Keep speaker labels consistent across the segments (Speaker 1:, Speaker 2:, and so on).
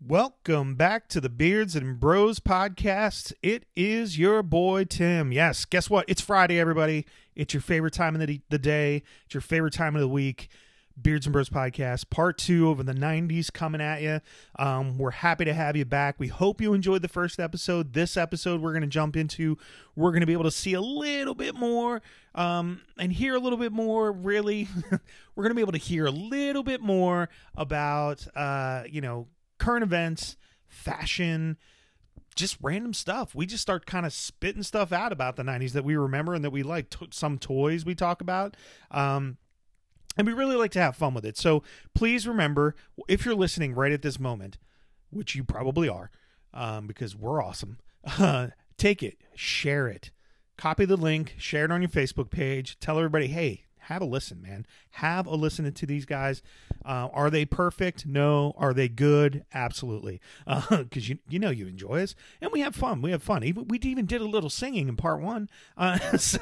Speaker 1: Welcome back to the Beards and Bros podcast. It is your boy Tim. Yes, guess what? It's Friday, everybody. It's your favorite time of the, the day. It's your favorite time of the week. Beards and Bros podcast, part two over the 90s coming at you. Um, we're happy to have you back. We hope you enjoyed the first episode. This episode we're going to jump into, we're going to be able to see a little bit more um, and hear a little bit more, really. we're going to be able to hear a little bit more about, uh, you know, current events, fashion, just random stuff. We just start kind of spitting stuff out about the 90s that we remember and that we like. To- some toys we talk about. Um, and we really like to have fun with it. So please remember, if you're listening right at this moment, which you probably are, um, because we're awesome, Uh, take it, share it, copy the link, share it on your Facebook page, tell everybody, hey, have a listen, man. Have a listen to these guys. Uh, are they perfect? No. Are they good? Absolutely. Because you you know you enjoy us, and we have fun. We have fun. Even we even did a little singing in part one. Uh, so,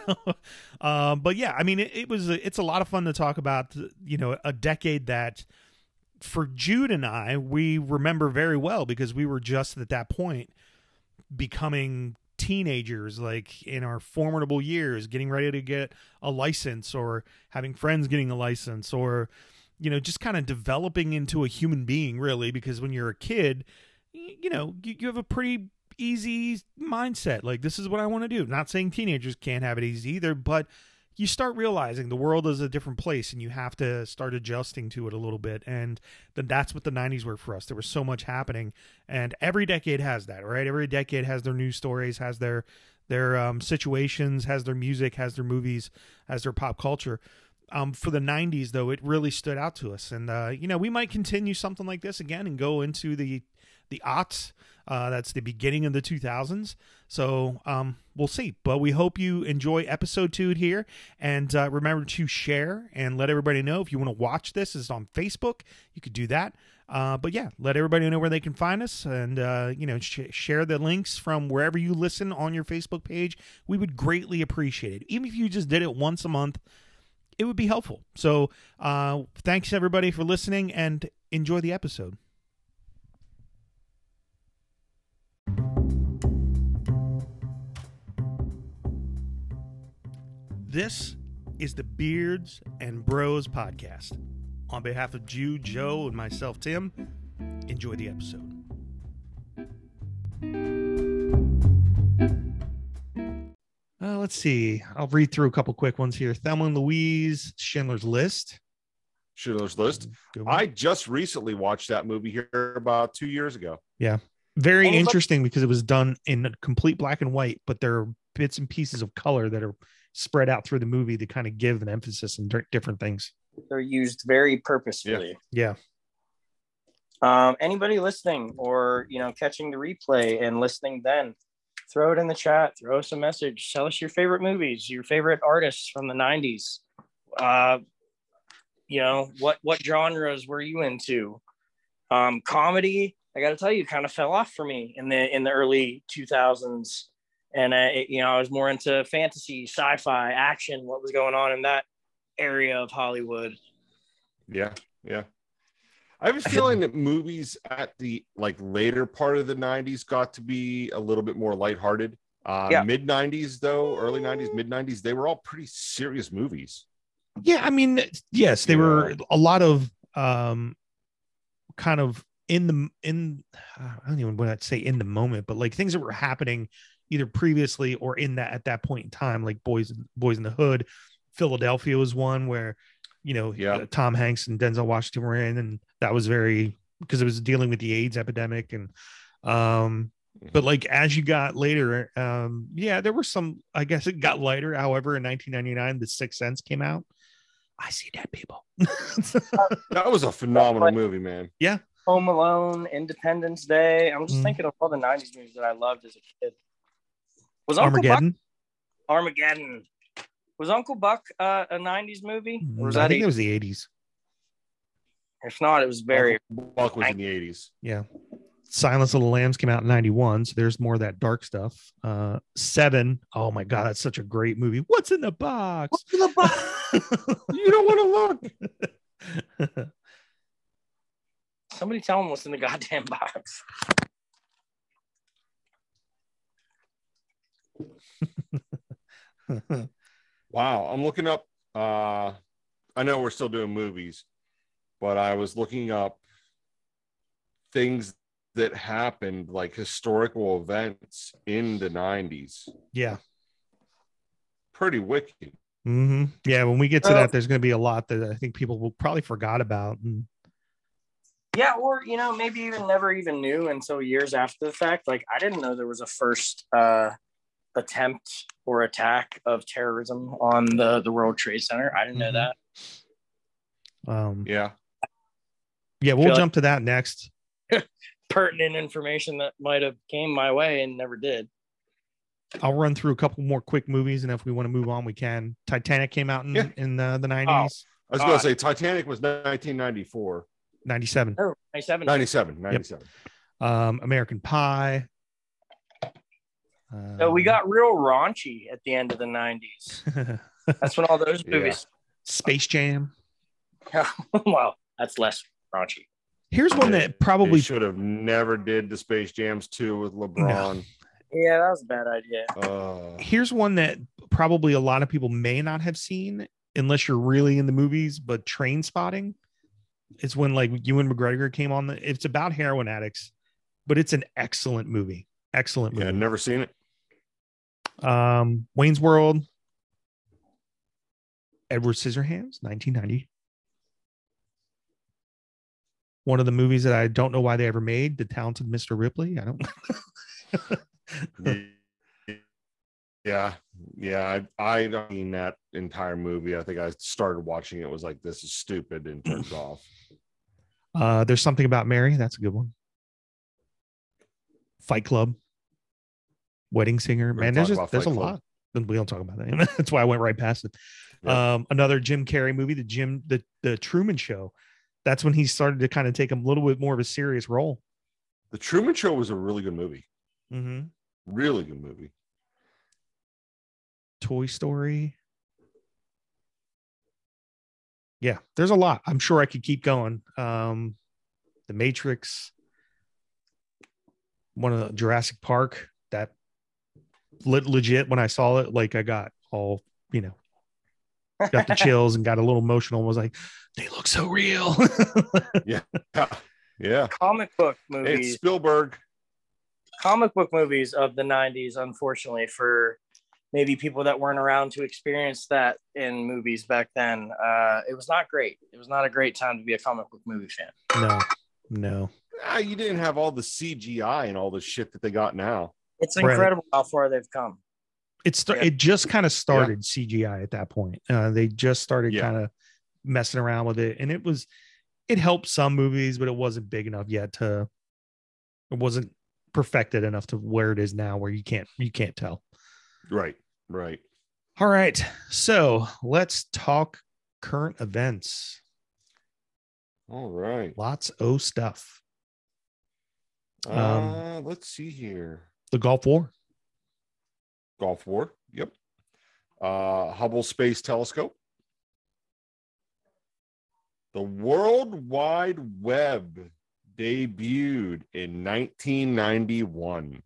Speaker 1: uh, but yeah, I mean, it, it was it's a lot of fun to talk about. You know, a decade that for Jude and I we remember very well because we were just at that point becoming teenagers, like in our formidable years, getting ready to get a license or having friends getting a license or, you know, just kind of developing into a human being, really, because when you're a kid, you know, you, you have a pretty easy mindset. Like, this is what I want to do. Not saying teenagers can't have it easy either, but you start realizing the world is a different place and you have to start adjusting to it a little bit and then that's what the 90s were for us there was so much happening and every decade has that right every decade has their news stories has their their um, situations has their music has their movies has their pop culture um, for the 90s though it really stood out to us and uh, you know we might continue something like this again and go into the the aughts uh, that's the beginning of the 2000s. So um, we'll see. But we hope you enjoy episode two here. And uh, remember to share and let everybody know if you want to watch this. It's on Facebook. You could do that. Uh, but yeah, let everybody know where they can find us and, uh, you know, sh- share the links from wherever you listen on your Facebook page. We would greatly appreciate it. Even if you just did it once a month, it would be helpful. So uh, thanks everybody for listening and enjoy the episode. This is the Beards and Bros podcast. On behalf of Jew, Joe, and myself, Tim, enjoy the episode. Uh, let's see. I'll read through a couple quick ones here. Thelma and Louise, Schindler's List.
Speaker 2: Schindler's List. I just recently watched that movie here about two years ago.
Speaker 1: Yeah. Very interesting because it was done in complete black and white, but there are bits and pieces of color that are spread out through the movie to kind of give an emphasis on different things.
Speaker 3: They're used very purposefully.
Speaker 1: Yeah.
Speaker 3: yeah. Um, anybody listening or you know catching the replay and listening then, throw it in the chat. Throw us a message. Tell us your favorite movies, your favorite artists from the '90s. Uh, you know what what genres were you into? Um, comedy. I got to tell you, kind of fell off for me in the in the early 2000s and I, you know, I was more into fantasy, sci-fi, action, what was going on in that area of Hollywood.
Speaker 2: Yeah, yeah. I have a feeling that movies at the like later part of the '90s got to be a little bit more lighthearted. Uh, yeah. Mid '90s, though, early '90s, mid '90s, they were all pretty serious movies.
Speaker 1: Yeah, I mean, yes, they yeah. were a lot of um, kind of in the in I don't even want to say in the moment, but like things that were happening either previously or in that at that point in time, like Boys Boys in the Hood, Philadelphia was one where you know yeah. Tom Hanks and Denzel Washington were in, and that was very because it was dealing with the AIDS epidemic and um but like as you got later um yeah there were some i guess it got lighter however in 1999 the sixth sense came out i see dead people
Speaker 2: that was a phenomenal movie man
Speaker 1: yeah
Speaker 3: home alone independence day i'm just mm. thinking of all the 90s movies that i loved as a kid
Speaker 1: was Uncle Armageddon?
Speaker 3: Buck, Armageddon. Was Uncle Buck uh, a '90s movie?
Speaker 1: Or was Mm, I that think 80s? it was the '80s.
Speaker 3: If not, it was very.
Speaker 2: Uncle Buck was in the '80s.
Speaker 1: Yeah. Silence of the Lambs came out in '91, so there's more of that dark stuff. Uh, Seven. Oh my God, that's such a great movie. What's in the box?
Speaker 3: What's in the box?
Speaker 2: you don't want to look.
Speaker 3: Somebody tell him what's in the goddamn box.
Speaker 2: Wow, I'm looking up. Uh, I know we're still doing movies, but I was looking up things that happened, like historical events in the '90s.
Speaker 1: yeah.
Speaker 2: Pretty wicked.
Speaker 1: hmm Yeah. When we get to
Speaker 3: Well-
Speaker 1: that, there's going to be a lot that I think people will probably forgot about. And
Speaker 3: Yeah, or you know, maybe even never even knew until years after the fact. Like I didn't know there was a first uh, attempt or attack of terrorism on the the World Trade Center. I didn't know
Speaker 1: Mhm.
Speaker 3: that.
Speaker 1: um, yeah.
Speaker 2: Yeah,
Speaker 1: we'll
Speaker 3: Feel like-
Speaker 1: jump to that next.
Speaker 3: Pertinent information that might have came my way and never did.
Speaker 1: I'll run through a couple more quick movies, and if we want to move on, we can. Titanic came out in
Speaker 2: Yeah.
Speaker 1: in uh, the, the 90s,
Speaker 2: I was
Speaker 3: God.
Speaker 2: gonna say Titanic was 1994,
Speaker 1: 97.
Speaker 3: Oh, 97.
Speaker 2: 97, 97.
Speaker 1: Um, American Pie. Uh,
Speaker 3: So we got real raunchy at the end of the 90s. That's when all those
Speaker 2: Yeah.
Speaker 3: movies.
Speaker 1: Um, Space Jam.
Speaker 3: wow, that's less raunchy.
Speaker 1: Here's one
Speaker 2: They-
Speaker 1: that
Speaker 2: Probably
Speaker 1: probably
Speaker 2: should have never did the Space Jams 2 with LeBron.
Speaker 3: Yeah, that was a bad idea.
Speaker 2: Uh,
Speaker 1: here's one that probably a lot of people may not have seen unless you're really in the movies but train spotting it's when like ewan mcgregor came on the it's about heroin addicts but it's an excellent movie excellent
Speaker 2: yeah,
Speaker 1: movie
Speaker 2: never seen it.
Speaker 1: um wayne's world edward scissorhands 1990 one of the movies that i don't know why they ever made the talented mr ripley i don't
Speaker 2: Yeah, yeah, I, I don't mean that entire movie. I think I started watching it was like this is stupid and turned off.
Speaker 1: Uh, there's something about Mary. That's a good one. Fight Club, Wedding Singer.
Speaker 2: We're
Speaker 1: Man,
Speaker 2: gonna
Speaker 1: there's just
Speaker 2: talk about
Speaker 1: there's a
Speaker 2: Fight Club.
Speaker 1: lot. Then we don't talk about that. That's why I went right past it.
Speaker 2: Yeah.
Speaker 1: Um, another Jim Carrey movie, the Jim the the Truman Show. That's when he started to kind of take a little bit more of a serious role.
Speaker 2: The Truman Show was a really good movie.
Speaker 1: Mm-hmm.
Speaker 2: Really good movie.
Speaker 1: Toy Story. Yeah, there's a lot. I'm sure I could keep going. Um, the Matrix, one of the Jurassic Park. That le- legit when I saw it, like I got all you know, got the chills and got a little emotional. and Was like, they look so real.
Speaker 2: Yeah.
Speaker 3: Comic book
Speaker 2: Hey,
Speaker 3: movies.
Speaker 2: it's Spielberg.
Speaker 3: comic book movies of the 90s unfortunately for maybe people that weren't around to experience that in movies back then uh, it was not great it was not a great time to be a comic book movie fan
Speaker 1: no, no.
Speaker 2: Ah, you didn't have all the CGI and all the shit that they got now.
Speaker 3: it's
Speaker 1: Right.
Speaker 3: incredible how far they've come
Speaker 1: It start,
Speaker 3: Yeah.
Speaker 1: it just kind of started CGI at that point. Uh, they just started
Speaker 2: Yeah.
Speaker 1: kind of messing around with it, and it was it helped some movies, but it wasn't big enough yet to it wasn't perfected enough to where it is now, where you can't you can't tell.
Speaker 2: Right. Right.
Speaker 1: All right, so let's talk current events.
Speaker 2: All right.
Speaker 1: Lots of stuff. Um,
Speaker 2: uh, let's see here.
Speaker 1: The Gulf War.
Speaker 2: Gulf War. Yep. Uh, Hubble Space Telescope. The World Wide Web debuted in 1991.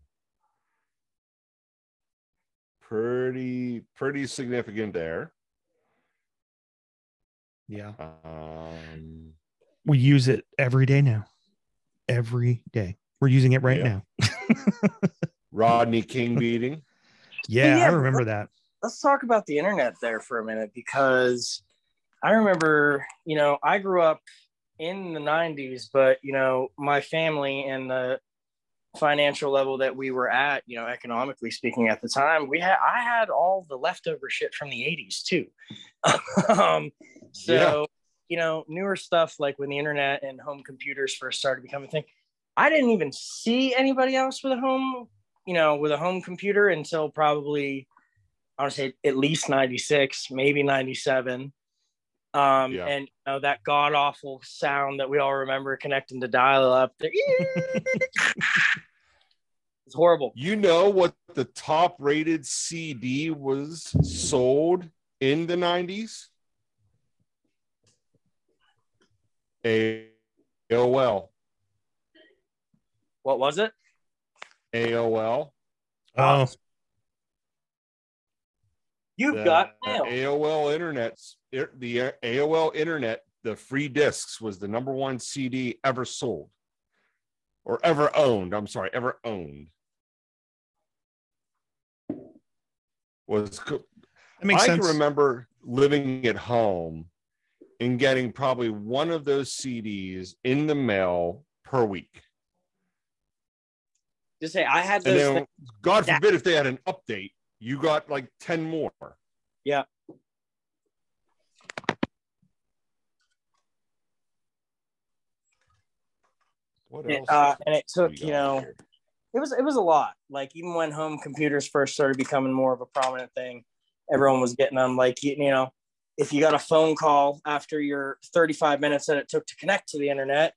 Speaker 2: Pretty, pretty significant there.
Speaker 1: Yeah,
Speaker 2: Um,
Speaker 1: we use it every day now. Every day, we're using it right
Speaker 2: Yeah.
Speaker 1: now.
Speaker 2: Rodney King beating.
Speaker 1: Yeah,
Speaker 3: Yeah,
Speaker 1: I remember that.
Speaker 3: let's talk about the internet there for a minute because I remember, you know, I grew up in the 90s, but, you know, my family and the financial level that we were at, you know, economically speaking at the time, we had, I had all the leftover shit from the 80s too. um, so,
Speaker 2: Yeah.
Speaker 3: you know, newer stuff like when the internet and home computers first started becoming a thing, I didn't even see anybody else with a home, you know, with a home computer until probably I want to say at least 96, maybe 97. Um,
Speaker 2: Yeah.
Speaker 3: and you know, that god awful sound that we all remember connecting to dial up. it's horrible.
Speaker 2: You know what the top rated CD was sold in the 90s? AOL
Speaker 3: What was it?
Speaker 2: AOL.
Speaker 1: Oh,
Speaker 3: You've
Speaker 2: The
Speaker 3: got mail.
Speaker 2: AOL internet. er, The AOL internet, the free discs was the number one CD ever sold or ever owned. I'm sorry, ever owned. Was co-
Speaker 1: that makes
Speaker 2: I
Speaker 1: sense.
Speaker 2: can remember living at home and getting probably one of those CDs in the mail per week.
Speaker 3: Just say I
Speaker 2: And
Speaker 3: had those.
Speaker 2: then,
Speaker 3: things.
Speaker 2: God
Speaker 3: That-
Speaker 2: forbid, if they had an update, you got like 10 more.
Speaker 3: Yeah.
Speaker 2: What
Speaker 3: It,
Speaker 2: else?
Speaker 3: uh, and it took,
Speaker 2: we
Speaker 3: you
Speaker 2: got
Speaker 3: know,
Speaker 2: here?
Speaker 3: it was it was a lot. Like even when home computers first started becoming more of a prominent thing, everyone was getting them. Like you, you know, if you got a phone call after your 35 minutes that it took to connect to the internet,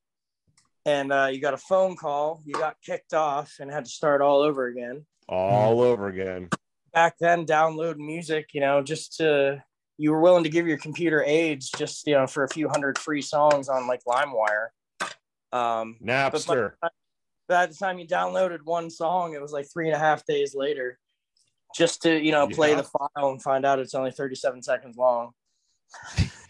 Speaker 3: and uh, you got a phone call, you got kicked off and had to start all over again.
Speaker 2: all over again.
Speaker 3: Back then, download music, you know, just to you were willing to give your computer age just you know for a few hundred free songs on like LimeWire. Um,
Speaker 2: Napster.
Speaker 3: by the time you downloaded one song, it was like three and a half days later, just to you know play
Speaker 2: Yeah.
Speaker 3: the file and find out it's only 37 seconds long.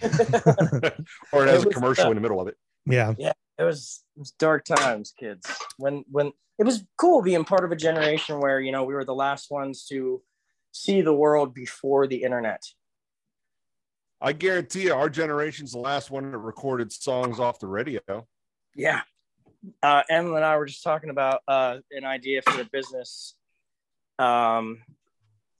Speaker 2: or it has
Speaker 3: It
Speaker 2: a
Speaker 3: was uh,
Speaker 2: commercial
Speaker 3: the-
Speaker 2: in the middle of it.
Speaker 1: yeah,
Speaker 3: It was, it was dark times, kids. When when it was cool being part of a generation where you know we were the last ones to see the world before the internet.
Speaker 2: I guarantee you, our generation's the last one that recorded songs off the radio.
Speaker 3: Yeah. Uh, Emma and I were just talking about uh, an idea for the business. Um,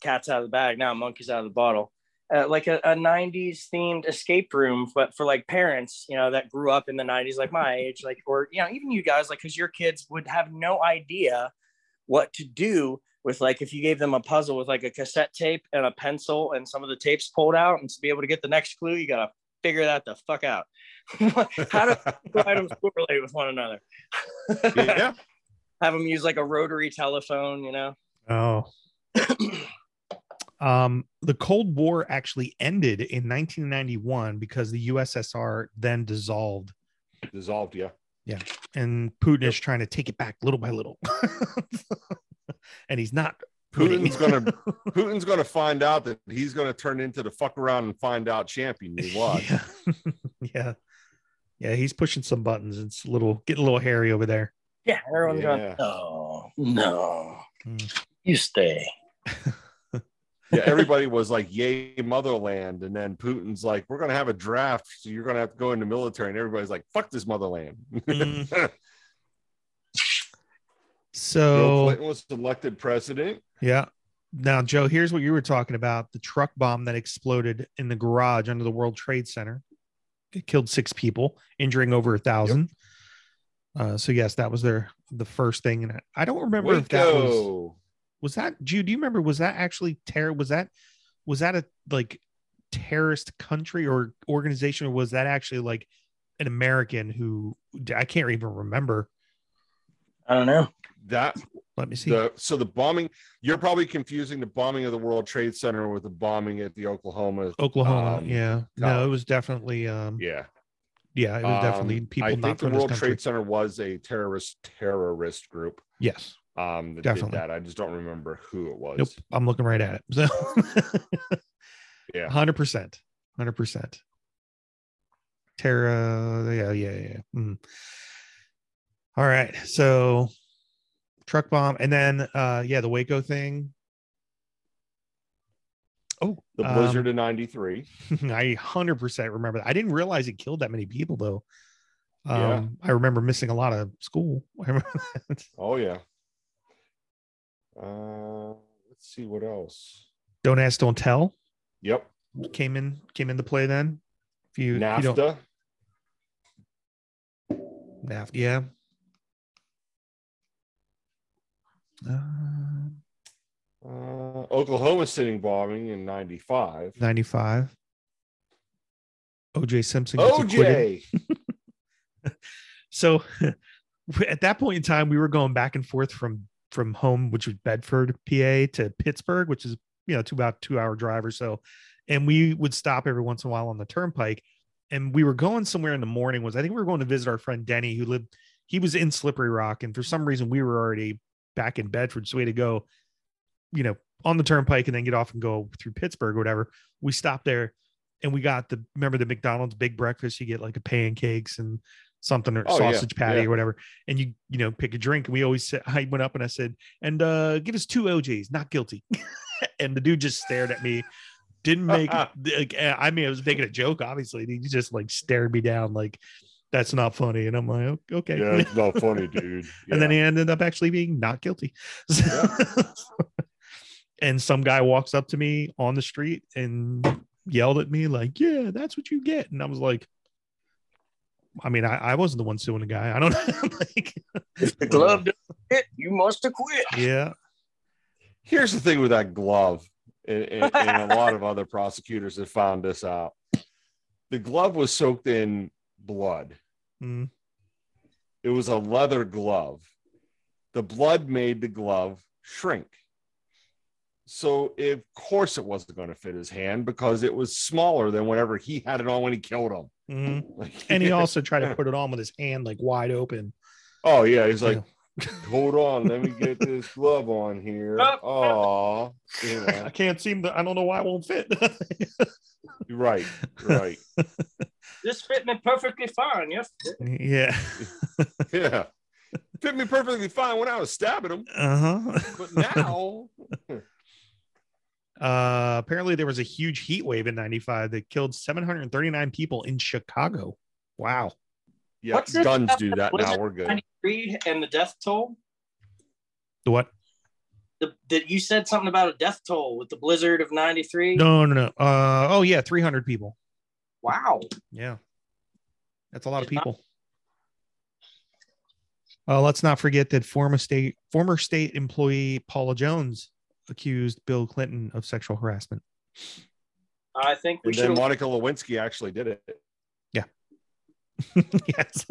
Speaker 3: cats out of the bag now, monkeys out of the bottle. Uh, like a, a 90s themed escape room, but for like parents, you know, that grew up in the 90s, like my age, like, or, you know, even you guys, like, because your kids would have no idea what to do with, like, if you gave them a puzzle with like a cassette tape and a pencil and some of the tapes pulled out and to be able to get the next clue, you got to figure that the fuck out. How do two items correlate with one another.
Speaker 2: yeah.
Speaker 3: Have them use like a rotary telephone, you know.
Speaker 1: Oh. um, the Cold War actually ended in 1991 because the USSR then dissolved,
Speaker 2: Dissolved, yeah.
Speaker 1: and Putin is trying to take it back little by little. and he's not. Putin.
Speaker 2: Putin's gonna Putin's gonna find out that he's gonna turn into the fuck around and find out champion he was.
Speaker 1: Yeah. yeah. Yeah, he's pushing some buttons. It's a little getting a little hairy over there.
Speaker 3: Yeah, everyone's
Speaker 2: Yeah. Hmm.
Speaker 3: going. No, no,
Speaker 1: Mm.
Speaker 3: you stay.
Speaker 2: Yeah, everybody was like, "Yay, motherland!" And then Putin's like, "We're gonna have a draft, so you're gonna have to go into military." And everybody's like, "Fuck this motherland."
Speaker 3: Mm.
Speaker 2: Bill
Speaker 1: So
Speaker 2: Clinton was elected president.
Speaker 1: yeah. Now, Joe, here's what you were talking about: the truck bomb that exploded in the garage under the World Trade Center. It killed six people, injuring over a thousand. Uh, so yes, that was their the first thing, and I don't remember if that was
Speaker 2: Waco.
Speaker 1: was that Jude. Do you remember? Was that actually terror? Was that was that a like terrorist country or organization, or was that actually like an American who I can't even remember?
Speaker 3: I don't know.
Speaker 2: That
Speaker 1: Let me see.
Speaker 2: the so the bombing. You're probably confusing the bombing of the World Trade Center with the bombing at the Oklahoma.
Speaker 1: Oklahoma.
Speaker 2: um,
Speaker 1: yeah. No,
Speaker 2: Tower.
Speaker 1: it was definitely um yeah,
Speaker 2: Yeah,
Speaker 1: it was definitely
Speaker 2: Um,
Speaker 1: people
Speaker 2: I
Speaker 1: not
Speaker 2: think the
Speaker 1: from this
Speaker 2: World
Speaker 1: country.
Speaker 2: Trade Center was a terrorist terrorist group.
Speaker 1: yes.
Speaker 2: um that
Speaker 1: Definitely.
Speaker 2: did that. I just don't remember who it was.
Speaker 1: Nope. I'm looking right at it. So
Speaker 2: Yeah.
Speaker 1: hundred percent. Hundred percent. Terra yeah, yeah, yeah. Mm. All right. So truck bomb and then uh yeah, the Waco thing. Oh,
Speaker 2: The
Speaker 1: um,
Speaker 2: blizzard of '93.
Speaker 1: I hundred percent remember that. I didn't realize it killed that many people though. Um,
Speaker 2: Yeah.
Speaker 1: I remember missing a lot of school. I remember that.
Speaker 2: Oh yeah. Uh, let's see what else.
Speaker 1: Don't ask, don't tell
Speaker 2: Yep,
Speaker 1: came in came into play then. If you, if you don't
Speaker 2: NAFTA.
Speaker 1: NAFTA, yeah. Uh,
Speaker 2: Uh, Oklahoma City bombing in '95.
Speaker 1: Ninety-five. OJ Simpson. gets acquitted.
Speaker 2: OJ.
Speaker 1: So at that point in time, we were going back and forth from from home, which was Bedford, PA, to Pittsburgh, which is you know to about two hour drive or so, and we would stop every once in a while on the turnpike, and we were going somewhere in the morning. Was I think we were going to visit our friend Denny, who lived he was in Slippery Rock, and for some reason we were already back in Bedford, so we had to go, you know, on the turnpike and then get off and go through Pittsburgh or whatever. We stopped there and we got the remember the McDonald's big breakfast. You get like a pancakes and something or
Speaker 2: Oh, yeah.
Speaker 1: sausage patty
Speaker 2: Yeah.
Speaker 1: or whatever, and you you know pick a drink. And we always said I went up and I said, and uh give us two OJ's, not guilty. and the dude just stared at me. Didn't make like eh, I mean I was making a joke, obviously. and He just like stared me down like that's not funny. And I'm like, okay.
Speaker 2: Yeah, it's not funny, dude.
Speaker 1: And then
Speaker 2: Yeah.
Speaker 1: he ended up actually being not guilty. and some guy walks up to me on the street and yelled at me, like, yeah, that's what you get. And I was like, I mean, I, I wasn't the one suing the guy. I don't know. like,
Speaker 3: If the glove doesn't fit, you must have quit.
Speaker 1: yeah.
Speaker 2: here's the thing with that glove, and, and- and a lot of other prosecutors have found this out. The glove was soaked in blood.
Speaker 1: Mm.
Speaker 2: It was a leather glove. The blood made the glove shrink. So, of course, it wasn't going to fit his hand because it was smaller than whenever he had it on when he killed him.
Speaker 1: Mhm.
Speaker 2: Like,
Speaker 1: And he also tried to put it on with his hand like wide open.
Speaker 2: oh yeah, he's like, hold on, let me get this glove on here.
Speaker 3: Up, up.
Speaker 2: Oh,
Speaker 1: I can't seem to, I don't know why it won't fit.
Speaker 2: right, right,
Speaker 3: This fit me perfectly fine. Yes.
Speaker 1: yeah.
Speaker 2: yeah. Fit me perfectly fine when I was stabbing him,
Speaker 1: Uh huh.
Speaker 2: but now,
Speaker 1: Uh, apparently there was a huge heat wave in 95 that killed 739 people in Chicago. Wow.
Speaker 2: yeah,
Speaker 3: What's this
Speaker 2: guns
Speaker 3: stuff
Speaker 2: do
Speaker 3: that
Speaker 2: that now.
Speaker 3: Blizzard
Speaker 2: We're good.
Speaker 3: 93 and the death toll.
Speaker 1: The what?
Speaker 3: The, that you said something about a death toll with the blizzard of 93.
Speaker 1: No, no, no. Uh, oh yeah, 300 people.
Speaker 3: Wow.
Speaker 1: Yeah. That's a lot of people. Uh, let's not forget that former state former state employee Paula Jones accused Bill Clinton of sexual harassment.
Speaker 3: I think we
Speaker 2: And
Speaker 3: should.
Speaker 2: then Monica Lewinsky actually did it.
Speaker 1: yes.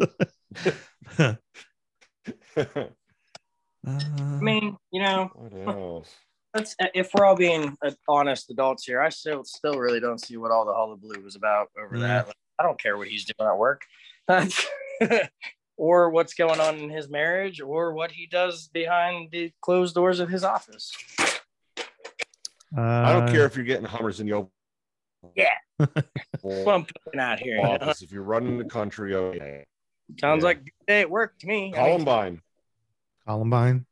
Speaker 1: Uh,
Speaker 3: I mean, you know,
Speaker 2: what else?
Speaker 3: that's if we're all being uh, honest adults here, I still still really don't see what all the hullabaloo was about over
Speaker 1: Mm.
Speaker 3: that. Like, I don't care what he's doing at work, or what's going on in his marriage, or what he does behind the closed doors of his office.
Speaker 1: Uh,
Speaker 2: I don't care if you're getting hummers in the open.
Speaker 3: Yeah. That's what I'm putting out here. you know?
Speaker 2: office if you're running the country. Okay.
Speaker 3: Sounds
Speaker 2: Yeah.
Speaker 3: like a good day at work to me. I mean,
Speaker 2: Columbine.
Speaker 1: Columbine.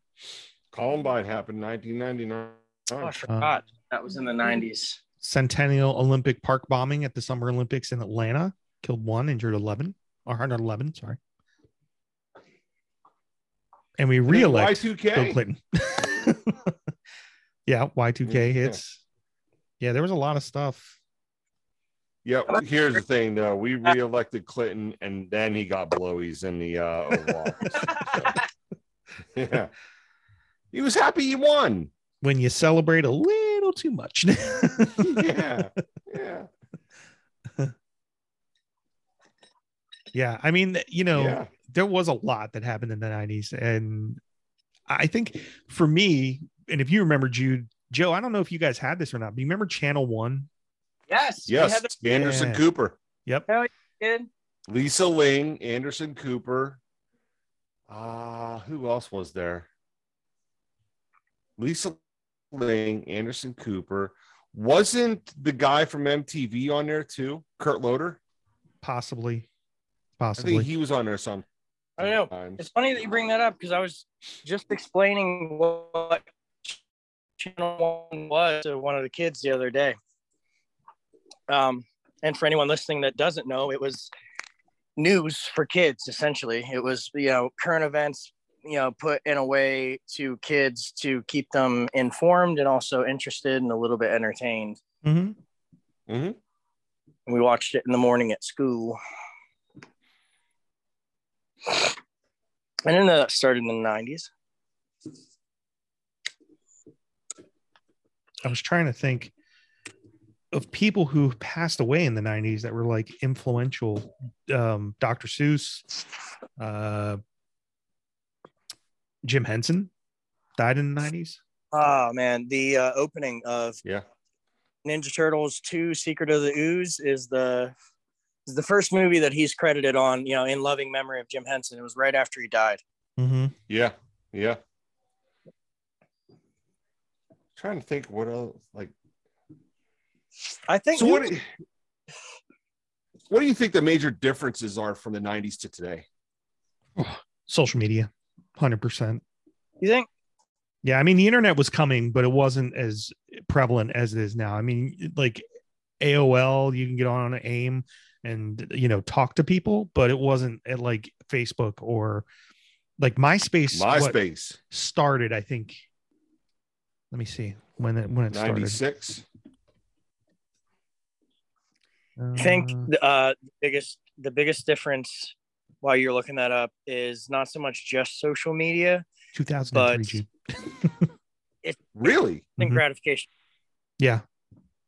Speaker 2: Columbine happened in 1999.
Speaker 3: oh, I forgot that was in the '90s.
Speaker 1: Centennial Olympic Park bombing at the Summer Olympics in Atlanta killed one, injured 11, or 111, sorry. And we reelect Bill
Speaker 2: Y2K.
Speaker 1: Clinton. yeah, Y2K
Speaker 2: Yeah.
Speaker 1: hits. Yeah, there was a lot of stuff.
Speaker 2: Yeah, here's the thing though. We reelected Clinton and then he got blowies in the uh Oval Office. Yeah. He was happy he won.
Speaker 1: When you celebrate a little too much.
Speaker 2: Yeah. Yeah.
Speaker 1: yeah, I mean, you know,
Speaker 2: yeah.
Speaker 1: there was a lot that happened in the 90s and i think for me and if you remember jude joe i don't know if you guys had this or not but you remember channel one
Speaker 3: Yes. we
Speaker 2: Yes.
Speaker 3: had that
Speaker 2: Anderson
Speaker 1: Yeah.
Speaker 2: Cooper.
Speaker 1: yep
Speaker 3: kid.
Speaker 2: Lisa Ling, Anderson Cooper. Uh, who else was there? Lisa Ling, Anderson Cooper. Wasn't the guy from MTV on there too? Kurt Loder?
Speaker 1: possibly
Speaker 2: I
Speaker 1: possibly
Speaker 2: think he was on there some.
Speaker 3: I don't know. It's funny that you bring that up because I was just explaining what Channel One was to one of the kids the other day. Um, and for anyone listening that doesn't know, it was news for kids essentially. It was you know current events, you know, put in a way to kids to keep them informed and also interested and a little bit entertained.
Speaker 1: Mhm.
Speaker 2: Mhm.
Speaker 3: We watched it in the morning at school. I didn't know that started in the 90s.
Speaker 1: i was trying to think of people who passed away in the 90s that were like influential um dr seuss uh jim henson died in the 90s
Speaker 3: Oh man, the uh, opening of
Speaker 2: Yeah.
Speaker 3: Ninja Turtles 2 Secret of the Ooze is the It's the first movie that he's credited on, you know, in loving memory of Jim Henson. It was right after he died.
Speaker 1: Mm-hmm.
Speaker 2: Yeah, yeah. Trying to think what else like.
Speaker 3: I think
Speaker 2: So what? do- What do you think the major differences are from the '90s to today?
Speaker 1: Social media, hundred percent.
Speaker 3: you think?
Speaker 1: Yeah, I mean the internet was coming, but it wasn't as prevalent as it is now. I mean, like AOL, you can get on AIM and you know talk to people, but it wasn't at like Facebook or like MySpace. what,
Speaker 2: MySpace
Speaker 1: started, I think. Let me see when it when it started.
Speaker 2: '96.
Speaker 1: Uh,
Speaker 3: I think the uh, biggest the biggest difference while you're looking that up is not so much just social media but-
Speaker 1: 2003. Gene.
Speaker 2: Really?
Speaker 3: and
Speaker 1: Mhm.
Speaker 3: gratification.
Speaker 1: yeah.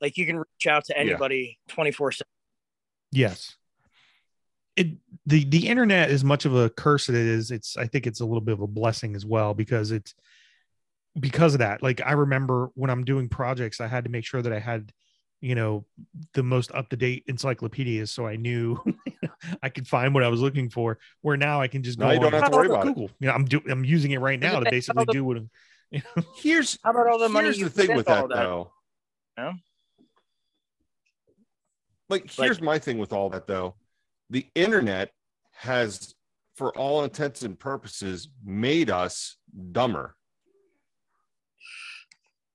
Speaker 3: Like you can reach out to
Speaker 2: Yeah.
Speaker 3: anybody twenty four seven.
Speaker 1: Yes. It the the internet as much of a curse as it is, it's I think it's a little bit of a blessing as well because it's because of that. Like I remember when I'm doing projects, I had to make sure that I had, you know, the most up to date encyclopedias so I knew I could find what I was looking for. Where now I can just go
Speaker 2: Now you don't
Speaker 1: on
Speaker 2: have to worry
Speaker 1: Google.
Speaker 2: about it.
Speaker 1: Google. You know, I'm do I'm using it right now to basically do what I'm-
Speaker 2: Here's
Speaker 3: How about all the money
Speaker 2: here's
Speaker 3: you
Speaker 2: the thing
Speaker 3: spent
Speaker 2: with
Speaker 3: all
Speaker 2: that, though.
Speaker 3: Yeah.
Speaker 2: Like, here's my thing with all that though. The internet has, for all intents and purposes, made us dumber.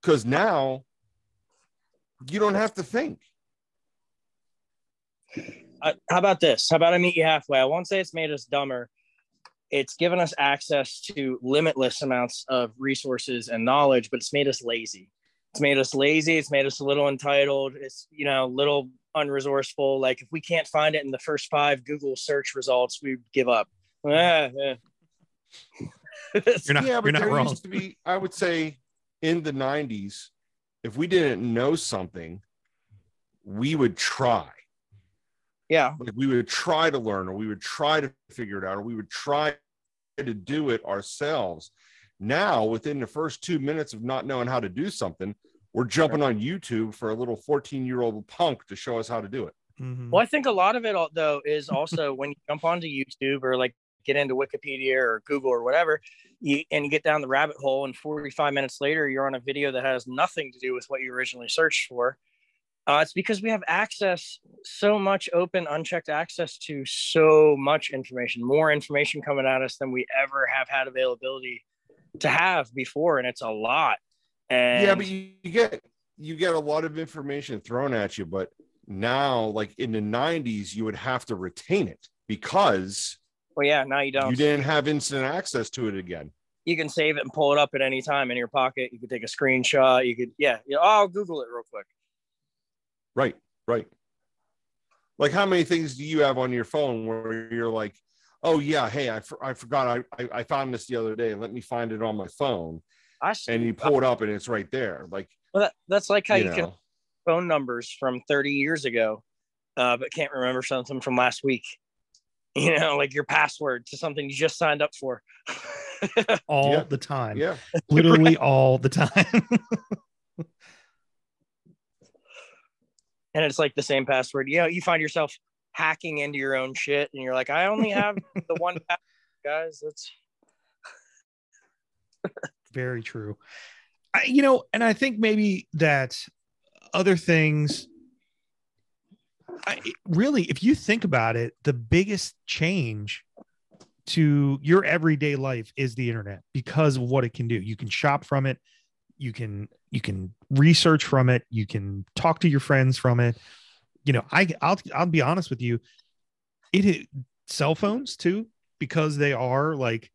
Speaker 2: Because now you don't have to think.
Speaker 3: Uh, how about this? How about I meet you halfway? I won't say it's made us dumber. It's given us access to limitless amounts of resources and knowledge, but it's made us lazy. It's made us lazy. It's made us a little entitled. It's, you know, a little unresourceful. Like if we can't find it in the first five Google search results, we give up. Ah, eh.
Speaker 1: You're not
Speaker 2: yeah,
Speaker 1: you're
Speaker 2: but
Speaker 1: not
Speaker 2: there
Speaker 1: wrong.
Speaker 2: used to be, I would say, in the 90s, if we didn't know something, we would try.
Speaker 3: yeah.
Speaker 2: like we would try to learn or we would try to figure it out or we would try to do it ourselves now within the first two minutes of not knowing how to do something we're jumping on youtube for a little 14 year old punk to show us how to do it
Speaker 1: Mhm.
Speaker 3: Well, I think a lot of it al- though is also when you jump onto YouTube or like get into Wikipedia or Google or whatever, you and you get down the rabbit hole, and 45 minutes later, you're on a video that has nothing to do with what you originally searched for. Uh, it's because we have access, so much open, unchecked access to so much information, more information coming at us than we ever have had availability to have before, and it's a lot. And
Speaker 2: yeah but you, you get you get a lot of information thrown at you but now like in the 90s you would have to retain it because
Speaker 3: well, yeah, now you don't.
Speaker 2: you didn't have instant access to it again
Speaker 3: you can save it and pull it up at any time in your pocket. You could take a screenshot. You could, yeah, you know, I'll Google it real quick.
Speaker 2: Right, right. Like, how many things do you have on your phone where you're like, oh, yeah, hey, I, for- I forgot. I, I, I found this the other day. Let me find it on my phone.
Speaker 3: I s-
Speaker 2: And you pull it up and it's right there. Like,
Speaker 3: well, that, that's like how
Speaker 2: you
Speaker 3: you, can
Speaker 2: know,
Speaker 3: phone numbers from 30 years ago, uh, but can't remember something from last week. You know, like your password to something you just signed up for.
Speaker 1: all
Speaker 2: Yeah.
Speaker 1: the time.
Speaker 2: yeah.
Speaker 1: Literally all the time.
Speaker 3: and it's like the same password. You know, you find yourself hacking into your own shit, and you're like, I only have the one password, guys. That's
Speaker 1: very true I, you know and i think maybe that other things I, really if you think about it the biggest change to your everyday life is the internet because of what it can do you can shop from it you can you can research from it you can talk to your friends from it you know i i'll i'll be honest with you it it- cell phones too because they are like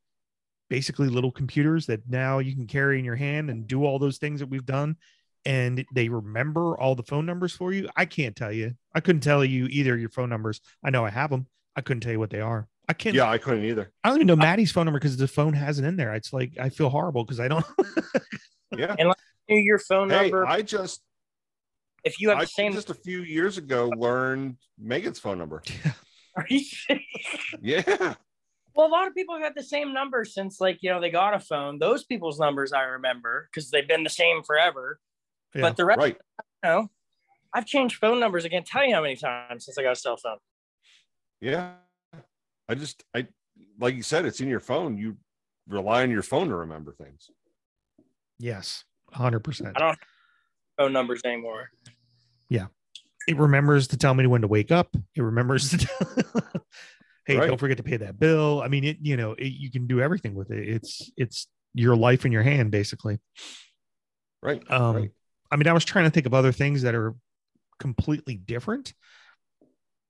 Speaker 1: basically little computers that now you can carry in your hand and do all those things that we've done and they remember all the phone numbers for you i can't tell you i couldn't tell you either your phone numbers i know i have them i couldn't tell you what they are i can't
Speaker 2: Yeah, I couldn't either.
Speaker 1: i don't even know maddie's phone number because the phone has it in there it's like i feel horrible because i don't
Speaker 2: Yeah.
Speaker 3: your phone
Speaker 2: Hey,
Speaker 3: number.
Speaker 2: I just,
Speaker 3: if you have
Speaker 2: I
Speaker 3: the same,
Speaker 2: just a few years ago learned Megan's phone number.
Speaker 3: are you-
Speaker 2: Yeah.
Speaker 3: Well, a lot of people have had the same number since, like, you know, they got a phone. Those people's numbers I remember because they've been the same forever.
Speaker 1: Yeah.
Speaker 3: But the rest,
Speaker 2: Right.
Speaker 3: you know, I've changed phone numbers. I can't tell you how many times since I got a cell phone.
Speaker 2: Yeah. I just I like you said, it's in your phone. You rely on your phone to remember things.
Speaker 1: Yes, hundred percent.
Speaker 3: I don't have phone numbers anymore.
Speaker 1: It remembers to tell me when to wake up. It remembers to tell. hey,
Speaker 2: Right.
Speaker 1: don't forget to pay that bill. I mean, it. You know, it, you can do everything with it. It's it's your life in your hand, basically.
Speaker 2: Right.
Speaker 1: Um,
Speaker 2: right.
Speaker 1: I mean, I was trying to think of other things that are completely different.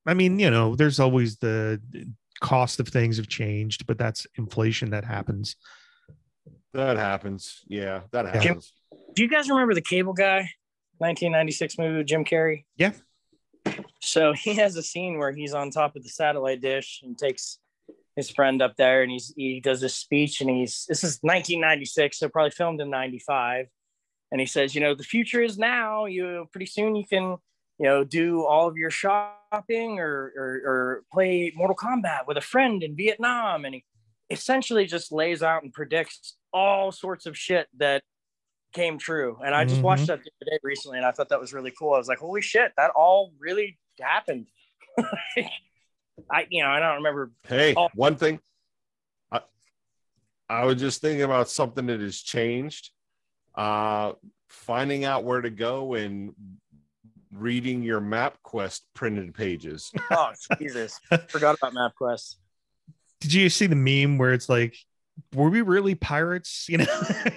Speaker 1: I mean, you know, there's always the the cost of things have changed, but that's inflation that happens.
Speaker 2: That happens. Yeah, that
Speaker 1: Yeah.
Speaker 2: happens.
Speaker 3: Do you guys remember the Cable Guy, 1996 movie with Jim Carrey?
Speaker 1: Yeah.
Speaker 3: So he has a scene where he's on top of the satellite dish and takes his friend up there, and he's he does this speech, and he's this is 1996, so probably filmed in '95, and he says, you know, the future is now. You pretty soon you can. You know, do all of your shopping or, or or play Mortal Kombat with a friend in Vietnam, and he essentially just lays out and predicts all sorts of shit that came true. And I just watched that the other day recently, and I thought that was really cool. I was like, "Holy shit, that all really happened." I, you know, I don't remember.
Speaker 2: Hey,
Speaker 3: Oh.
Speaker 2: one thing. I, I was just thinking about something that has changed. Uh, finding out where to go and reading your map quest printed pages.
Speaker 3: Oh Jesus, forgot about MapQuest.
Speaker 1: Did you see the meme where it's like, were we really pirates? You know,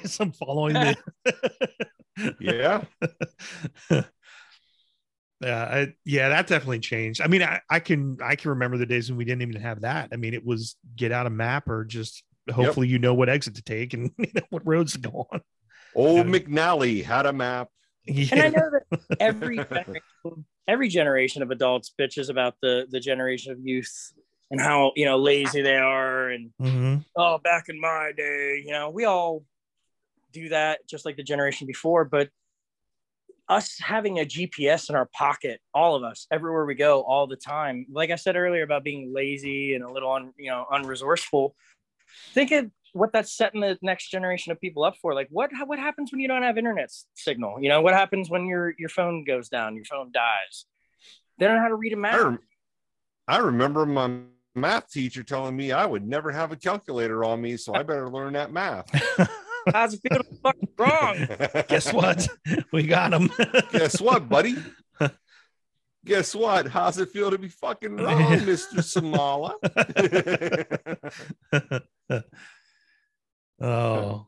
Speaker 1: some following the.
Speaker 2: Yeah.
Speaker 1: yeah, I, yeah, that definitely changed. I mean, I, I can I can remember the days when we didn't even have that. I mean, it was get out a map or just hopefully you know what exit to take and you know, what roads to go on.
Speaker 2: Old McNally had a map.
Speaker 3: And I
Speaker 1: Yeah,
Speaker 3: know that every generation, every generation of adults bitches about the the generation of youth and how you know lazy they are and
Speaker 1: Mhm.
Speaker 3: oh, back in my day, you know, we all do that just like the generation before, but us having a GPS in our pocket, all of us, everywhere we go, all the time. Like I said earlier about being lazy and a little un, you know, unresourceful. Think of what that's setting the next generation of people up for. Like, what what happens when you don't have internet s- signal? You know, what happens when your your phone goes down, your phone dies? They don't know how to read a
Speaker 2: I,
Speaker 3: map.
Speaker 2: rem- I remember my math teacher telling me I would never have a calculator on me, so I better learn that math.
Speaker 3: How's it feel to be fucking wrong?
Speaker 1: Mm-hmm. Guess what? we got him.
Speaker 2: Guess what, buddy? Guess what? How's it feel to be fucking wrong, Mr. Samala?
Speaker 1: oh,